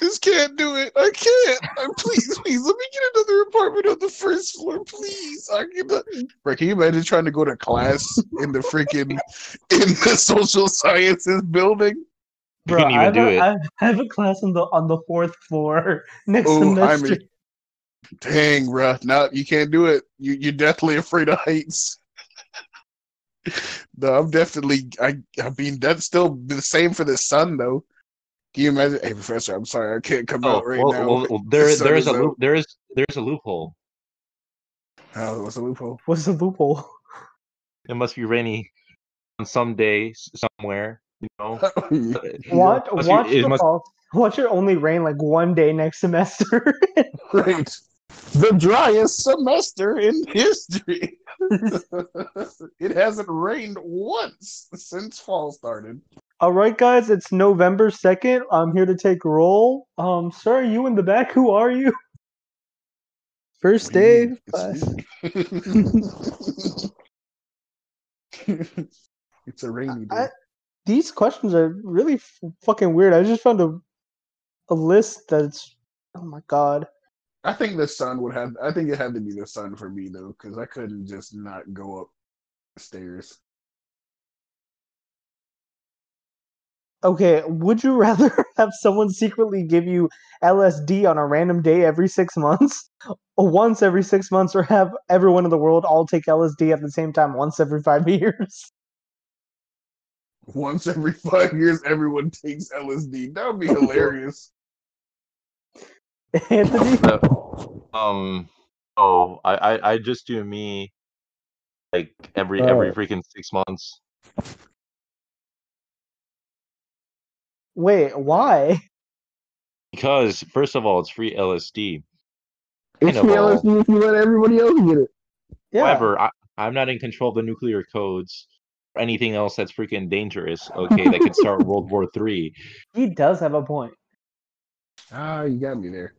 Speaker 1: Just can't do it. I can't. I, please, please, let me get another apartment on the first floor, please. I cannot. Bro, can you imagine trying to go to class in the freaking in the social sciences building?
Speaker 2: bro, I
Speaker 3: can't even
Speaker 2: have,
Speaker 3: do
Speaker 2: a,
Speaker 3: it.
Speaker 2: I have- I have a class on the on the fourth floor [laughs] next
Speaker 1: Oh, I
Speaker 2: semester.
Speaker 1: mean, dang, bro, no, you can't do it. You you're definitely afraid of heights. [laughs] no, I'm definitely. I I mean, that's still the same for the sun, though. Can you imagine? Hey, professor, I'm sorry, I can't come
Speaker 3: Oh,
Speaker 1: out right
Speaker 3: well,
Speaker 1: now.
Speaker 3: well, well, there,
Speaker 1: sun
Speaker 3: there is a
Speaker 1: is out.
Speaker 3: loop, there is there's a loophole.
Speaker 1: [laughs] oh, what's the
Speaker 3: [laughs]
Speaker 1: loophole?
Speaker 2: What's the loophole?
Speaker 3: It must be rainy on some day s- somewhere. You know,
Speaker 2: What?
Speaker 3: Must be-
Speaker 2: watch
Speaker 3: it
Speaker 2: the
Speaker 3: must-
Speaker 2: fall- watch it only rain like one day next [laughs] semester.
Speaker 1: Right. The driest semester in history. [laughs] it hasn't rained once since fall started.
Speaker 2: All right, guys, it's November second. I'm here to take roll. Um, sir, you in the back? Who are you? First day of class.
Speaker 1: [laughs] It's, it's a rainy day.
Speaker 2: I- These questions are really f- fucking weird. I just found a a list that's oh my god.
Speaker 1: I think the sun would have. I think it had to be the sun for me though, because I couldn't just not go up stairs.
Speaker 2: Okay, would you [laughs] rather have someone secretly give you LSD on a random day every six months, [laughs] or once every six months, or have [laughs] everyone in the world all take LSD at the same time once every five years?
Speaker 1: once every five years, everyone takes LSD. That [laughs] would be hilarious.
Speaker 2: Anthony.
Speaker 3: So, um. Oh, I, I I just do me, like every every
Speaker 2: Oh.
Speaker 3: freaking six months.
Speaker 2: Wait, why?
Speaker 3: Because first of all, it's free LSD.
Speaker 1: It's
Speaker 3: Kind
Speaker 1: the
Speaker 3: of all.
Speaker 1: LSD if you let everybody else get it.
Speaker 2: Yeah.
Speaker 3: However, I, I'm not in control of the nuclear codes or anything else that's freaking
Speaker 2: [laughs]
Speaker 3: dangerous. Okay, that could start World War Three.
Speaker 2: He does have a point.
Speaker 1: Ah, you got me there.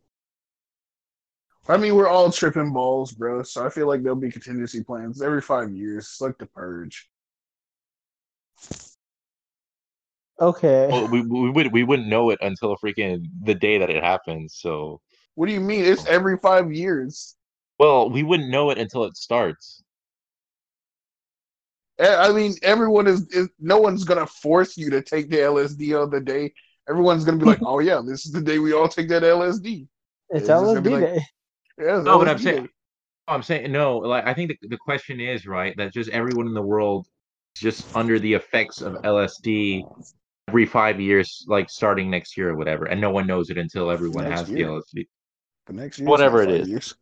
Speaker 1: I mean, we're all tripping balls, bro. So I feel like there'll be contingency plans every five years. It's like the purge.
Speaker 2: Okay.
Speaker 1: Oh,
Speaker 3: Well, we we would we wouldn't know it until freaking the day that it happens. So
Speaker 1: What do you mean? It's every five years.
Speaker 3: well, we wouldn't know it until it starts.
Speaker 1: Eh, I mean, everyone is, is no one's gonna force you to take the LSD on the day. Everyone's gonna be
Speaker 3: [laughs]
Speaker 1: like, "Oh yeah, this is the day we all take that LSD." it's
Speaker 2: it's
Speaker 1: just gonna
Speaker 2: LSD
Speaker 1: be like-
Speaker 2: day.
Speaker 1: Yeah,
Speaker 3: No, but I'm
Speaker 1: LSD.
Speaker 3: saying- I'm saying no. Like I think the, the question is right that just everyone in the world is just under the effects of LSD every five years, like starting next year or whatever, and no one knows it until everyone
Speaker 1: Next
Speaker 3: has
Speaker 1: year.
Speaker 3: the LSD.
Speaker 1: The next year,
Speaker 3: Whatever
Speaker 1: it's not
Speaker 3: it
Speaker 1: five
Speaker 3: is.
Speaker 1: years.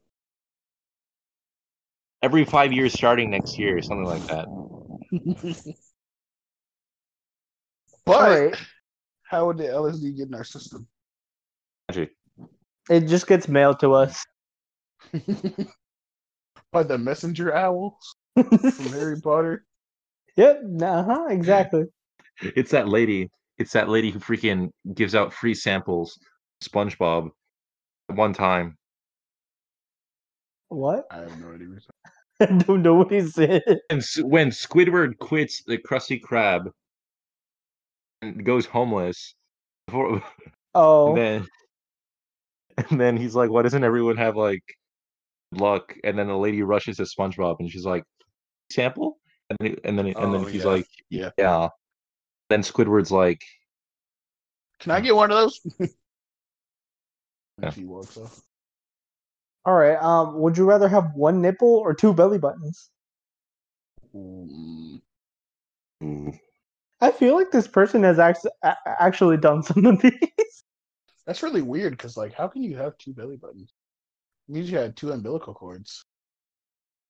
Speaker 3: Every five years, starting next year, something like that.
Speaker 1: But
Speaker 2: All right.
Speaker 1: how would the LSD get in our system? [laughs]
Speaker 3: Actually,
Speaker 2: It just gets mailed to us.
Speaker 1: By the messenger owls from
Speaker 3: [laughs]
Speaker 1: Harry Potter.
Speaker 2: yep. Uh huh. Exactly.
Speaker 3: It's that lady. It's that lady who freaking gives out free samples, SpongeBob, at one time.
Speaker 2: What? [laughs]
Speaker 1: I have no idea.
Speaker 2: I don't know what he said.
Speaker 1: [laughs]
Speaker 3: And s- when Squidward quits the Krusty Krab and goes homeless, before,
Speaker 2: Oh.
Speaker 3: and then [laughs] and then he's like, "Why doesn't everyone have like good luck?" And then the lady rushes to SpongeBob, and she's like, "Sample?" And then and then and then
Speaker 1: Oh,
Speaker 3: he's
Speaker 1: yeah,
Speaker 3: like,
Speaker 1: yeah.
Speaker 3: yeah." Then Squidward's
Speaker 1: [laughs]
Speaker 3: like,
Speaker 1: Can I get one of [laughs] those? And
Speaker 3: Yeah.
Speaker 1: She walks off.
Speaker 2: All right. Um. Would you rather have one nipple or two belly buttons?
Speaker 1: Mm.
Speaker 2: I feel like this person has act- a- actually done [laughs] some of these.
Speaker 1: That's really weird because, like, how can you have two belly buttons? It means you had two umbilical cords.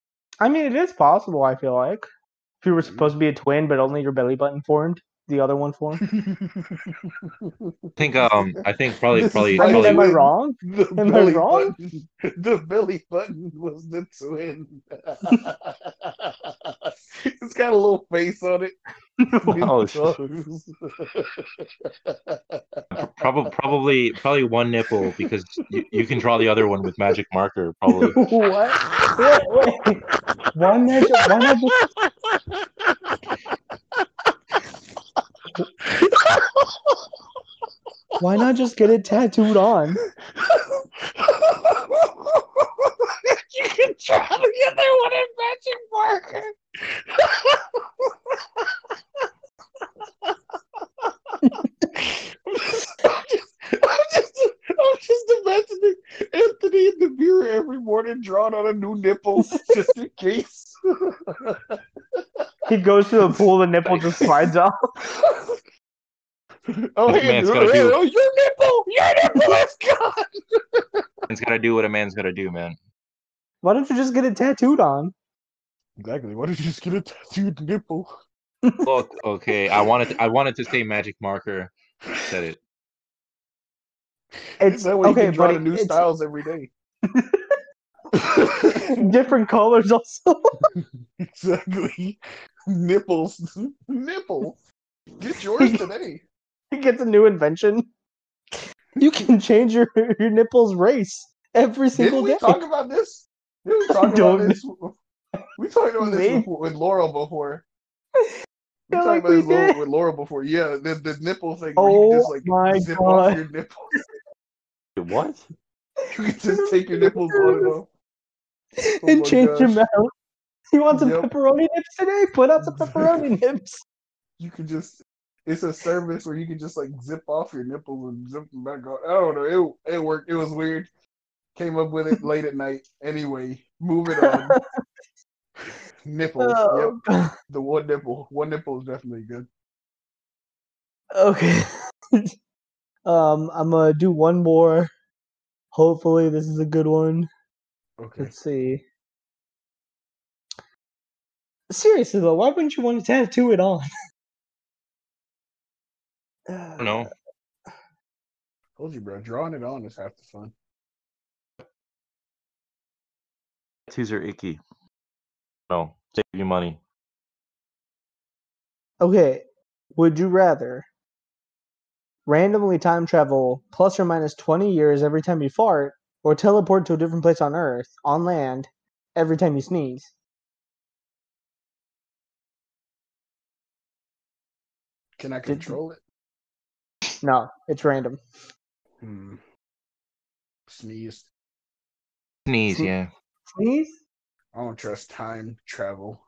Speaker 1: [laughs]
Speaker 2: I mean, it is possible. I feel like if you were
Speaker 1: Mhm.
Speaker 2: supposed to be a twin, but only your belly button formed, the other one formed.
Speaker 3: "I think um, I think probably
Speaker 1: This is
Speaker 3: probably
Speaker 2: I mean, am
Speaker 3: probably
Speaker 1: [laughs]
Speaker 2: I
Speaker 1: Probably.
Speaker 2: wrong? [laughs]
Speaker 1: The
Speaker 2: Am I
Speaker 1: belly
Speaker 2: wrong?
Speaker 1: Button, [laughs] the belly button was the twin. [laughs] it's got a little face on it. [laughs]
Speaker 3: [laughs] Oh,
Speaker 1: It's
Speaker 3: shit.
Speaker 1: closed. [laughs]
Speaker 3: Probably, probably, probably one nipple because you, you can draw the other one with magic marker. Probably.
Speaker 2: what?
Speaker 1: [laughs]
Speaker 2: Wait, wait. Why not? ju- Why not just? [laughs] Why not just get it tattooed
Speaker 1: [laughs]
Speaker 2: on?
Speaker 1: you can try the other one in magic marker. I'm just, I'm just, I'm just imagining Anthony in the mirror every morning drawing on a new nipple just in case.
Speaker 2: He goes to the pool, the nipple just slides out.
Speaker 1: oh,
Speaker 3: That
Speaker 1: hey,
Speaker 3: man's
Speaker 1: dude,
Speaker 3: gotta
Speaker 1: hey,
Speaker 3: do-
Speaker 1: oh, your nipple, your nipple is gone.
Speaker 3: Man's gotta do what a man's gotta do, man.
Speaker 2: Why don't you just get it tattooed on?
Speaker 1: Exactly. Why did you just get a tattooed nipple?
Speaker 3: Look, okay, I wanted, I wanted to say magic marker. Said it.
Speaker 2: It's
Speaker 1: that way you
Speaker 2: okay,
Speaker 1: can draw
Speaker 2: but
Speaker 1: the new
Speaker 2: it's
Speaker 1: styles every day.
Speaker 2: [laughs] different colors also. [laughs]
Speaker 1: [laughs] exactly. Nipples. [laughs] Nipple. Get yours today.
Speaker 2: He gets a new invention. You can change your your nipples race every
Speaker 1: Didn't
Speaker 2: [laughs] single
Speaker 1: we
Speaker 2: day. [laughs]
Speaker 1: talk about this? Didn't we talk about
Speaker 2: Don't-
Speaker 1: this? We talked about this
Speaker 2: Maybe.
Speaker 1: with, with Laurel
Speaker 2: [laughs]
Speaker 1: before. We
Speaker 2: Feel
Speaker 1: talked
Speaker 2: like
Speaker 1: about
Speaker 2: we
Speaker 1: this Laurel-
Speaker 2: did.
Speaker 1: with Laurel before. Yeah, the, the nipple thing where you
Speaker 2: Oh
Speaker 1: just like
Speaker 2: my
Speaker 1: zip off
Speaker 2: god!
Speaker 1: your nipples.
Speaker 3: What?
Speaker 1: [laughs] You can just take your nipples on and off. Oh
Speaker 2: and
Speaker 1: my
Speaker 2: change them out. You want some
Speaker 1: Yep.
Speaker 2: pepperoni nips today? Put out some
Speaker 1: [laughs]
Speaker 2: pepperoni nips.
Speaker 1: you can just it's a service where you can just like zip off your nipples and zip them back on. I don't know. It it worked. It was weird. Came up
Speaker 2: [laughs]
Speaker 1: with it late at night. Anyway, moving on. nipples. Yep.
Speaker 2: Oh, God.
Speaker 1: The one nipple. One nipple is definitely good.
Speaker 2: Oh, Okay. [laughs] um, I'm gonna do one more. Hopefully, this is a good one.
Speaker 1: Okay.
Speaker 2: Let's see. Seriously though, why wouldn't you want to tattoo it on? [sighs]
Speaker 3: I don't know.
Speaker 1: Told you, bro. Drawing it on is half the fun.
Speaker 3: Tattoos are icky. No, save you money.
Speaker 2: Okay, would you rather randomly time travel plus or minus 20 years every time you fart, or teleport to a different place on Earth, on land, every time you sneeze?
Speaker 1: Can I
Speaker 2: Did you-
Speaker 1: control it?
Speaker 2: No, it's random.
Speaker 1: Hmm. Sneeze.
Speaker 3: [laughs] Sneeze, yeah.
Speaker 2: Sneeze?
Speaker 1: I don't trust time travel.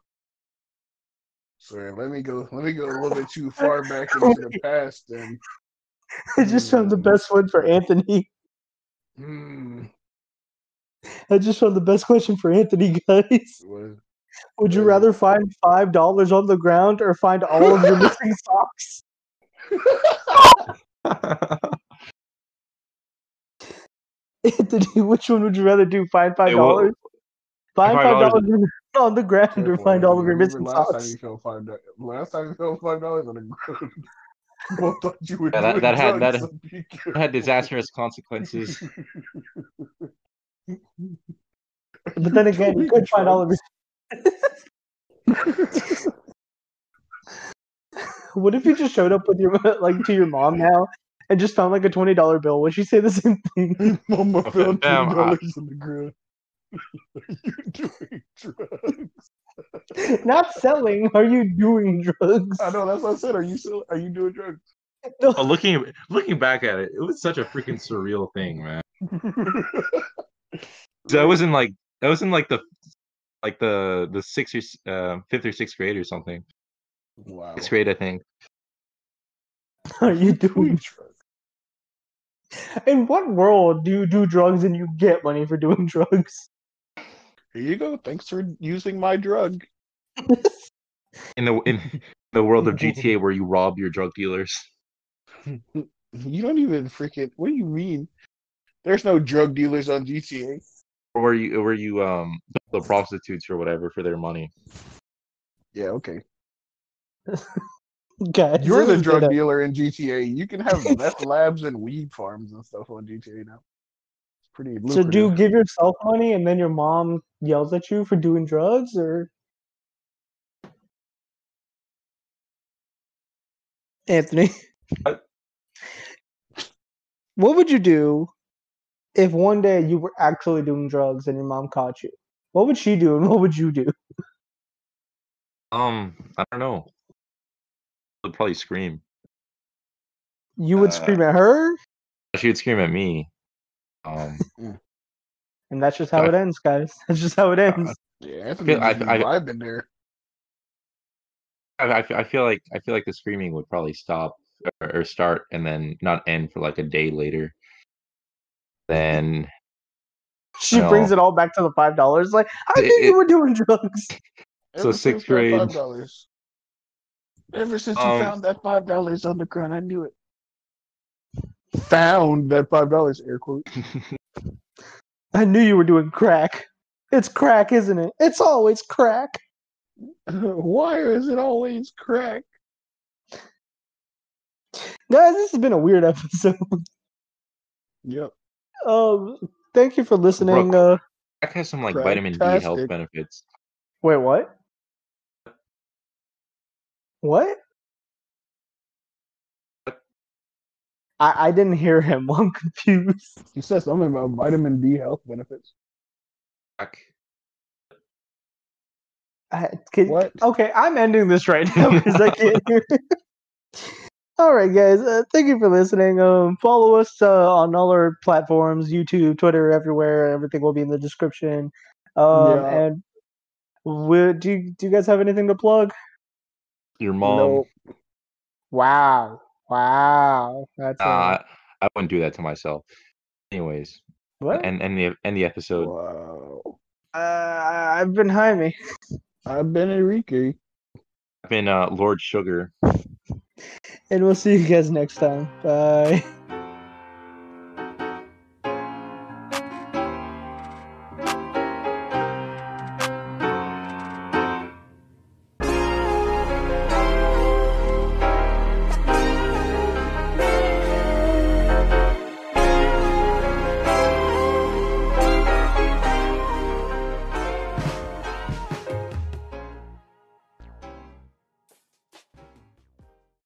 Speaker 1: Sorry, let me go. Let me go a little bit too far back into
Speaker 2: [laughs]
Speaker 1: the past. Then,
Speaker 2: [laughs] I just found the
Speaker 1: Hmm.
Speaker 2: best one for Anthony.
Speaker 1: hmm,
Speaker 2: I just found the best question for Anthony, [laughs] guys.
Speaker 1: was
Speaker 2: Would you
Speaker 1: Hey.
Speaker 2: rather find five dollars on the ground or find all of
Speaker 1: [laughs]
Speaker 2: your missing socks? Anthony, which one would you rather do? Find five
Speaker 3: Hey, what-
Speaker 2: dollars? Find five
Speaker 3: $5
Speaker 2: dollars [laughs] on the ground or
Speaker 1: Careful,
Speaker 2: find all of your
Speaker 1: remember
Speaker 2: missing
Speaker 1: last Time
Speaker 2: socks?
Speaker 1: you fell five dollars. Last time you fell five dollars on the ground. [laughs] I thought you would.
Speaker 3: Yeah, that- that had- that-
Speaker 1: that
Speaker 3: had disastrous [laughs] consequences.
Speaker 2: But then again, you could find all of your. [laughs] what if you just showed up with your like to your mom now and just found like a twenty dollar bill? Would she say the same thing?
Speaker 1: [laughs] Mama
Speaker 3: Okay,
Speaker 1: fell two
Speaker 3: damn, I-
Speaker 1: dollars on the ground. [laughs] you doing drugs?
Speaker 2: Not selling. Are you doing drugs? [laughs]
Speaker 1: I know. That's what I said. Are you still? Are you doing drugs? [laughs]
Speaker 3: But looking looking back at it, it was such a freaking surreal thing, man. So that was in like that was in like the like the the sixth or s- uh, fifth or sixth grade or something.
Speaker 1: wow.
Speaker 3: Sixth grade, I think.
Speaker 2: Are you doing
Speaker 1: Doing drugs.
Speaker 2: In what world do you do drugs and you get money for doing drugs?
Speaker 1: Here you go. Thanks for using my drug.
Speaker 3: In the in [laughs] the world of GTA, where you rob your drug dealers.
Speaker 1: You don't even freaking. What do you mean? There's no drug dealers on GTA.
Speaker 3: or were you or were you um the prostitutes or whatever for their money
Speaker 1: Yeah. Okay.
Speaker 2: [laughs] Guys,
Speaker 1: You're
Speaker 2: this
Speaker 1: the
Speaker 2: is
Speaker 1: drug
Speaker 2: gonna-
Speaker 1: dealer in GTA. You can have meth labs and weed farms and stuff on GTA now. It's pretty
Speaker 2: So
Speaker 1: lucrative.
Speaker 2: do you give yourself money and then your mom yells at you for doing drugs, or Anthony?
Speaker 3: What?
Speaker 2: What would you do if one day you were actually doing drugs and your mom caught you? What would she do and what would you do?
Speaker 3: um i don't know i'd probably scream
Speaker 2: You would
Speaker 3: Uh,
Speaker 2: scream at her,
Speaker 3: she would scream at me um
Speaker 2: and that's just how
Speaker 3: I-
Speaker 2: it ends, guys. [laughs] That's just how it ends.
Speaker 1: yeah, Anthony, I,
Speaker 3: I- I-
Speaker 1: I, have been there.
Speaker 3: I, I f- I feel like i feel like the screaming would probably stop or, or start and then not end for like a day later then
Speaker 2: She brings
Speaker 3: No.
Speaker 2: it all back to the five dollars. Like I
Speaker 3: It-
Speaker 2: knew you
Speaker 3: it-
Speaker 2: were doing [laughs] drugs.
Speaker 1: Ever
Speaker 3: sixth
Speaker 1: since that
Speaker 3: grade.
Speaker 1: Five dollars. Ever since you
Speaker 3: Um,
Speaker 1: found that five dollars on the ground, I knew it. Found that five dollars, air quote. [laughs]
Speaker 2: I knew you were doing crack. It's crack, isn't it? It's always crack.
Speaker 1: Why is it always crack?
Speaker 2: Guys, this has been a weird episode. [laughs]
Speaker 1: Yep.
Speaker 2: Um, thank you for listening. Uh,
Speaker 3: that has some like vitamin d health
Speaker 1: Fantastic.
Speaker 3: benefits
Speaker 2: wait, what? What? I I didn't hear him. [laughs] I'm confused.
Speaker 1: He said something about vitamin D health benefits.
Speaker 3: Fuck.
Speaker 2: I, can,
Speaker 1: What?
Speaker 2: Okay, I'm ending this right now because I can't [laughs] hear. all right, guys. Uh, thank you for listening. Um, follow us uh, on all our platforms: YouTube, Twitter, everywhere. Everything will be in the description. Um,
Speaker 1: Yeah.
Speaker 2: And we do you, do you guys have anything to plug?
Speaker 3: your mom
Speaker 1: Nope.
Speaker 2: Wow, wow, that's
Speaker 3: nah, i wouldn't do that to myself anyways
Speaker 2: a, what?
Speaker 3: and and the end the episode
Speaker 1: Wow.
Speaker 2: uh, I've been Jaime.
Speaker 1: I've been Enrique.
Speaker 3: i've been uh lord sugar
Speaker 2: And we'll see you guys next time. Bye.